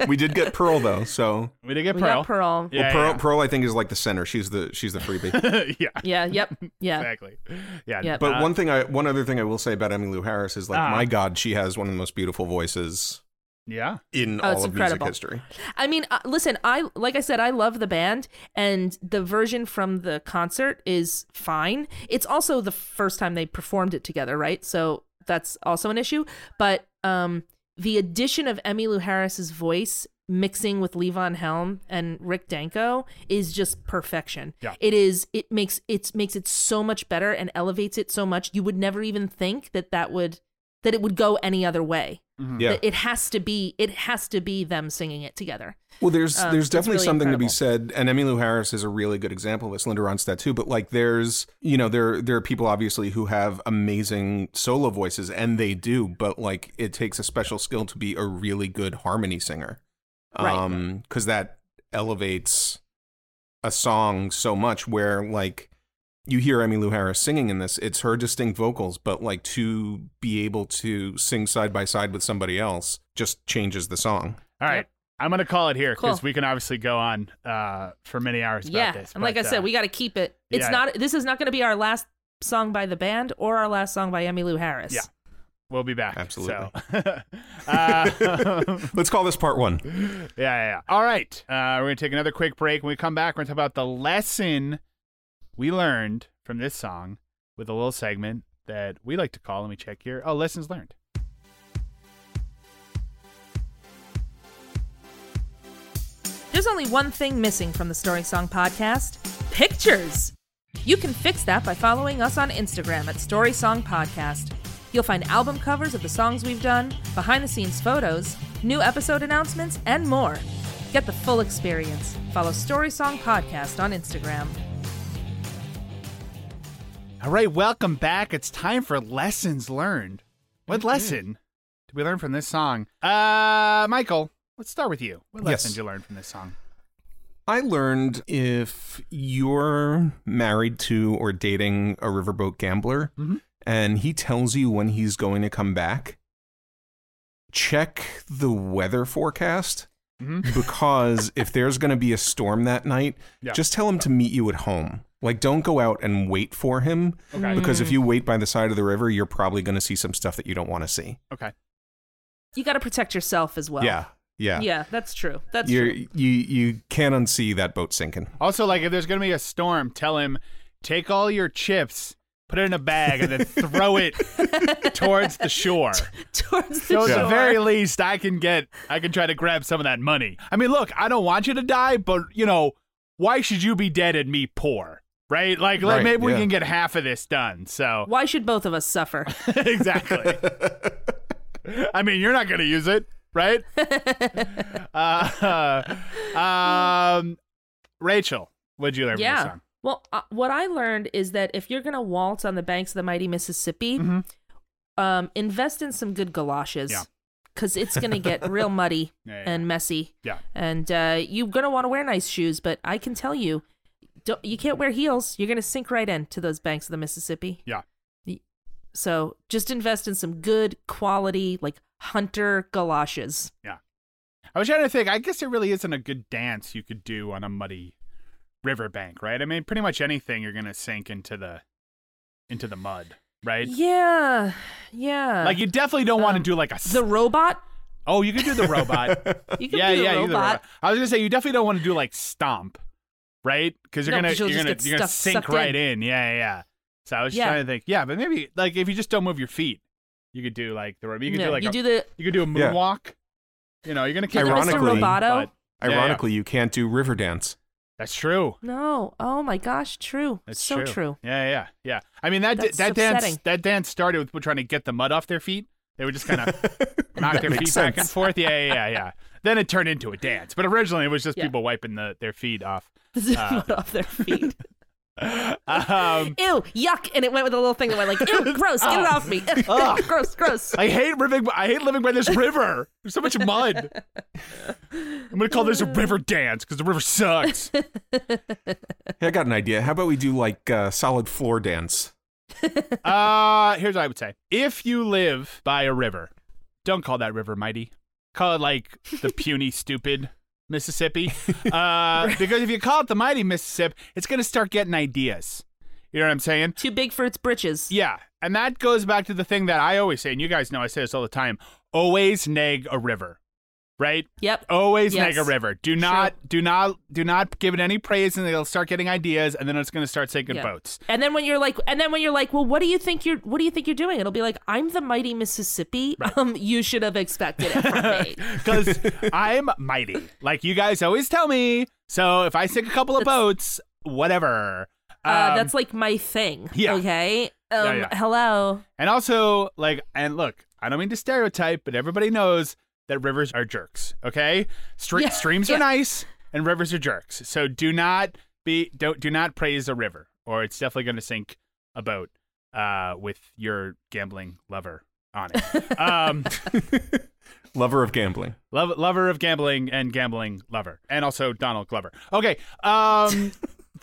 S4: we did get Pearl though, so
S2: we did get
S1: We
S2: Pearl.
S1: got Pearl.
S2: Yeah,
S4: well, Pearl,
S2: yeah.
S4: Pearl I think is like the center. She's the she's the freebie.
S2: yeah.
S1: yeah, yep. Yeah.
S2: Exactly. Yeah.
S1: Yep.
S4: But
S2: uh,
S4: one thing I one other thing I will say about Emmylou Harris is like
S2: Ah.
S4: my god, she has one of the most beautiful voices
S2: Yeah.
S4: in
S1: Oh,
S4: all
S1: it's
S4: of
S1: incredible.
S4: music history.
S1: I mean, uh, listen, I like I said, I love the band, and the version from the concert is fine. It's also the first time they performed it together, right? So that's also an issue. But um, the addition of Emmylou Harris's voice mixing with Levon Helm and Rick Danko is just perfection.
S2: Yeah.
S1: It is. It makes it makes it so much better and elevates it so much. You would never even think that that would that it would go any other way.
S2: Mm-hmm.
S4: Yeah.
S1: That It has to be it has to be them singing it together.
S4: Well, there's
S1: Um,
S4: there's
S1: it's
S4: definitely
S1: really
S4: something to be
S1: incredible.
S4: said, and Emmylou Harris is a really good example of this. Linda Ronstadt too, but like there's you know there there are people obviously who have amazing solo voices, and they do, but like it takes a special skill to be a really good harmony singer,
S1: Right.
S4: Um, because that elevates a song so much. Where like you hear Emmylou Harris singing in this, it's her distinct vocals, but like to be able to sing side by side with somebody else just changes the song.
S2: all right. I'm gonna call it here because
S1: Cool.
S2: we can obviously go on uh, for many hours
S1: yeah.
S2: about this.
S1: and like I
S2: but,
S1: said,
S2: uh,
S1: we got to keep it. It's
S2: yeah.
S1: not this is not going to be our last song by the band or our last song by Emmylou Harris.
S2: Yeah. we'll be back.
S4: Absolutely.
S2: So. uh,
S4: Let's call this part one.
S2: Yeah, yeah, yeah. All right. Uh, we're going to take another quick break. When we come back, we're going to talk about the lesson we learned from this song with a little segment that we like to call, let me check here. Oh, lessons learned.
S1: There's only one thing missing from the Story Song podcast pictures. You can fix that by following us on Instagram at Story Song Podcast. You'll find album covers of the songs we've done, behind the scenes photos, new episode announcements, and more. Get the full experience. Follow Story Song Podcast on Instagram.
S2: All right. Welcome back. It's time for lessons learned. What lesson did we learn from this song? Uh, Michael, let's start with you. What
S4: Yes.
S2: lesson did you learn from this song?
S4: I learned if you're married to or dating a riverboat gambler
S2: Mm-hmm.
S4: and he tells you when he's going to come back, check the weather forecast because if there's going to be a storm that night,
S2: Mm-hmm. Yeah.
S4: just tell him to meet you at home. Like, don't go out and wait for him
S2: Okay.
S4: because if you
S1: Mm.
S4: wait by the side of the river, you're probably going to see some stuff that you don't want to see.
S2: Okay.
S1: You got to protect yourself as well.
S4: yeah. Yeah.
S1: Yeah, that's true. That's
S4: You're,
S1: true.
S4: you you can't unsee that boat sinking.
S2: Also, like, if there's going to be a storm, tell him, take all your chips, put it in a bag, and then throw it towards the shore.
S1: Towards the
S2: So at
S1: shore.
S2: the very least, I can get, I can try to grab some of that money. I mean, look, I don't want you to die, but you know, why should you be dead and me poor? Right? Like, like,
S4: Right,
S2: maybe we
S4: yeah.
S2: can get half of this done. So
S1: Why should both of us suffer?
S2: exactly. I mean, you're not going to use it, right? uh, um, Rachel, what'd you learn
S1: yeah.
S2: from this song?
S1: Well, uh, what I learned is that if you're going to waltz on the banks of the mighty Mississippi, um, invest in some good galoshes.
S2: Yeah.
S1: Because it's going to get real muddy
S2: Yeah, yeah,
S1: and messy.
S2: Yeah.
S1: And uh, you're going to want to wear nice shoes, but I can tell you, don't, you can't wear heels. You're going to sink right into those banks of the Mississippi.
S2: Yeah.
S1: So just invest in some good quality, like hunter galoshes.
S2: I was trying to think. I guess there really isn't a good dance you could do on a muddy riverbank, right? I mean, pretty much anything you're gonna sink into the into the mud, right?
S1: Yeah. Yeah.
S2: Like you definitely don't want to
S1: Um,
S2: do like a. s-
S1: the robot.
S2: oh, you could do the robot.
S1: You can
S2: yeah,
S1: do the
S2: yeah, you could do the
S1: robot.
S2: robot. I was gonna say you definitely don't want to do like stomp, right? Because you're
S1: No,
S2: gonna
S1: 'cause you'll
S2: you're
S1: just
S2: gonna
S1: get
S2: you're gonna
S1: stuff-
S2: sink
S1: sucked
S2: right in.
S1: in.
S2: Yeah, yeah, yeah. So I was just
S1: Yeah.
S2: trying to think. Yeah, but maybe like if you just don't move your feet, you could do like the robot. You could
S1: No,
S2: do like
S1: you
S2: a,
S1: do the
S2: you could do a
S4: Yeah.
S2: moonwalk. You know, you're gonna
S1: do
S2: kick
S1: the Mr.
S4: Ironically-
S1: Roboto.
S2: But- Yeah, yeah.
S4: Ironically, you can't do river dance.
S2: That's true.
S1: No. Oh my gosh, true.
S2: That's
S1: so true.
S2: Yeah, yeah, yeah. I mean that
S1: That's
S2: that dance
S1: upsetting.
S2: that dance started with people trying to get the mud off their feet. They would just kind of knock
S1: That
S2: their feet
S1: makes
S2: back and
S1: sense.
S2: forth. Yeah, yeah, yeah, yeah. Then it turned into a dance, but originally it was just
S1: Yeah.
S2: people wiping the, their feet off. Ah.
S1: Mud off their feet.
S2: um,
S1: Ew, yuck! And it went with a little thing that went like, ew, gross, get
S2: Ah.
S1: it off me.
S2: Ugh.
S1: gross, gross.
S2: I hate living. I hate living by this river. There's so much mud. I'm gonna call this a river dance because the river sucks.
S4: Hey, I got an idea. How about we do like uh, solid floor dance?
S2: uh, here's what I would say: If you live by a river, don't call that river mighty. Call it like the puny, stupid Mississippi. Uh, because if you call it the mighty Mississippi, it's gonna start getting ideas. You know what I'm saying?
S1: Too big for its britches.
S2: Yeah, and that goes back to the thing that I always say, and you guys know I say this all the time: always nag a river. Right.
S1: Yep.
S2: Always
S1: Yes.
S2: nag a river. Do not, do not, do not give it any praise, and they'll start getting ideas, and then it's going to start sinking
S1: Yeah.
S2: boats.
S1: And then when you're like, and then when you're like, well, what do you think you're, what do you think you're doing? It'll be like, I'm the mighty Mississippi. Um, you should have expected it from me.
S2: because I'm mighty. Like you guys always tell me. So if I sink a couple of boats, whatever.
S1: Uh,
S2: Um,
S1: that's like my thing.
S2: yeah.
S1: Okay.
S2: Yeah,
S1: Um,
S2: yeah.
S1: hello.
S2: and also like and look, I don't mean to stereotype, but everybody knows that rivers are jerks. Okay, Stre-
S1: Yeah,
S2: streams
S1: yeah.
S2: are nice and rivers are jerks. So do not be don't do not praise a river, or it's definitely going to sink a boat uh, with your gambling lover on it. Um,
S4: Lover of gambling.
S2: Love, lover of gambling and gambling lover, and also Donald Glover. Okay. Um,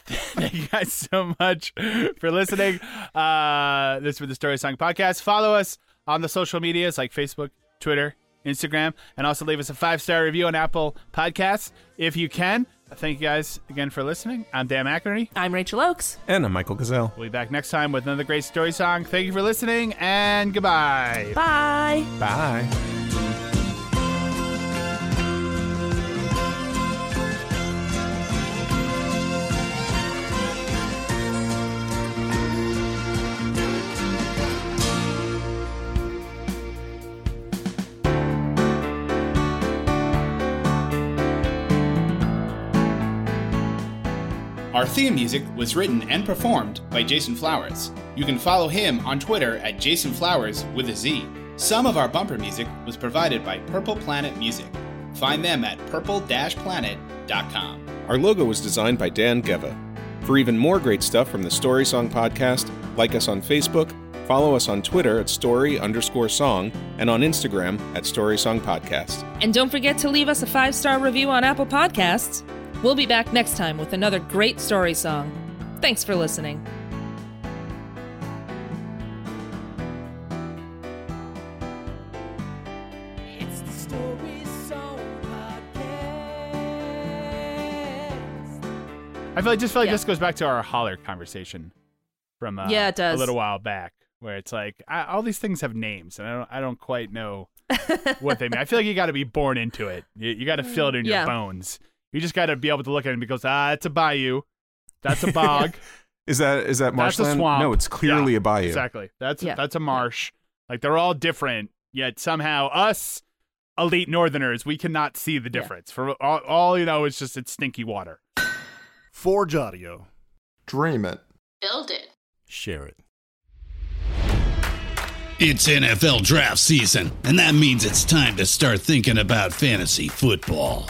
S2: thank you guys so much for listening. Uh, this was the Story Song Podcast. Follow us on the social medias like Facebook, Twitter, Instagram, and also leave us a five star review on Apple Podcasts if you can. Thank you guys again for listening. I'm Dan McInerney.
S1: I'm Rachel Oakes.
S4: And I'm Michael Gazelle.
S2: We'll be back next time with another great story song. Thank you for listening, and goodbye.
S1: Bye.
S4: Bye.
S11: Our theme music was written and performed by Jason Flowers. You can follow him on Twitter at Jason Flowers with a Z. Some of our bumper music was provided by Purple Planet Music. Find them at purple-planet.com.
S4: Our logo was designed by Dan Geva. For even more great stuff from the Story Song Podcast, like us on Facebook, follow us on Twitter at story underscore song, and on Instagram at Story Song Podcast.
S1: And don't forget to leave us a five star review on Apple Podcasts. We'll be back next time with another great story song. Thanks for listening.
S12: It's the Story Song Podcast.
S2: I feel like just feel like
S1: Yeah.
S2: this goes back to our holler conversation from uh,
S1: Yeah, it does.
S2: a little while back, where it's like I, all these things have names, and I don't I don't quite know what they mean. I feel like you got to be born into it. You, you got to feel it in
S1: Yeah.
S2: your bones. You just got to be able to look at it and be goes, ah, it's a bayou, that's a bog,
S4: Is that is that
S2: that's a
S4: marshland?
S2: swamp.
S4: No, it's clearly
S2: Yeah,
S4: a bayou.
S2: Exactly. That's
S1: Yeah.
S2: that's a marsh. Like they're all different, yet somehow us elite Northerners we cannot see the difference. For all, all you know, it's just it's stinky water.
S9: Forge Audio.
S13: Dream it.
S5: Build it.
S14: Share it.
S11: It's NFL draft season, and that means it's time to start thinking about fantasy football.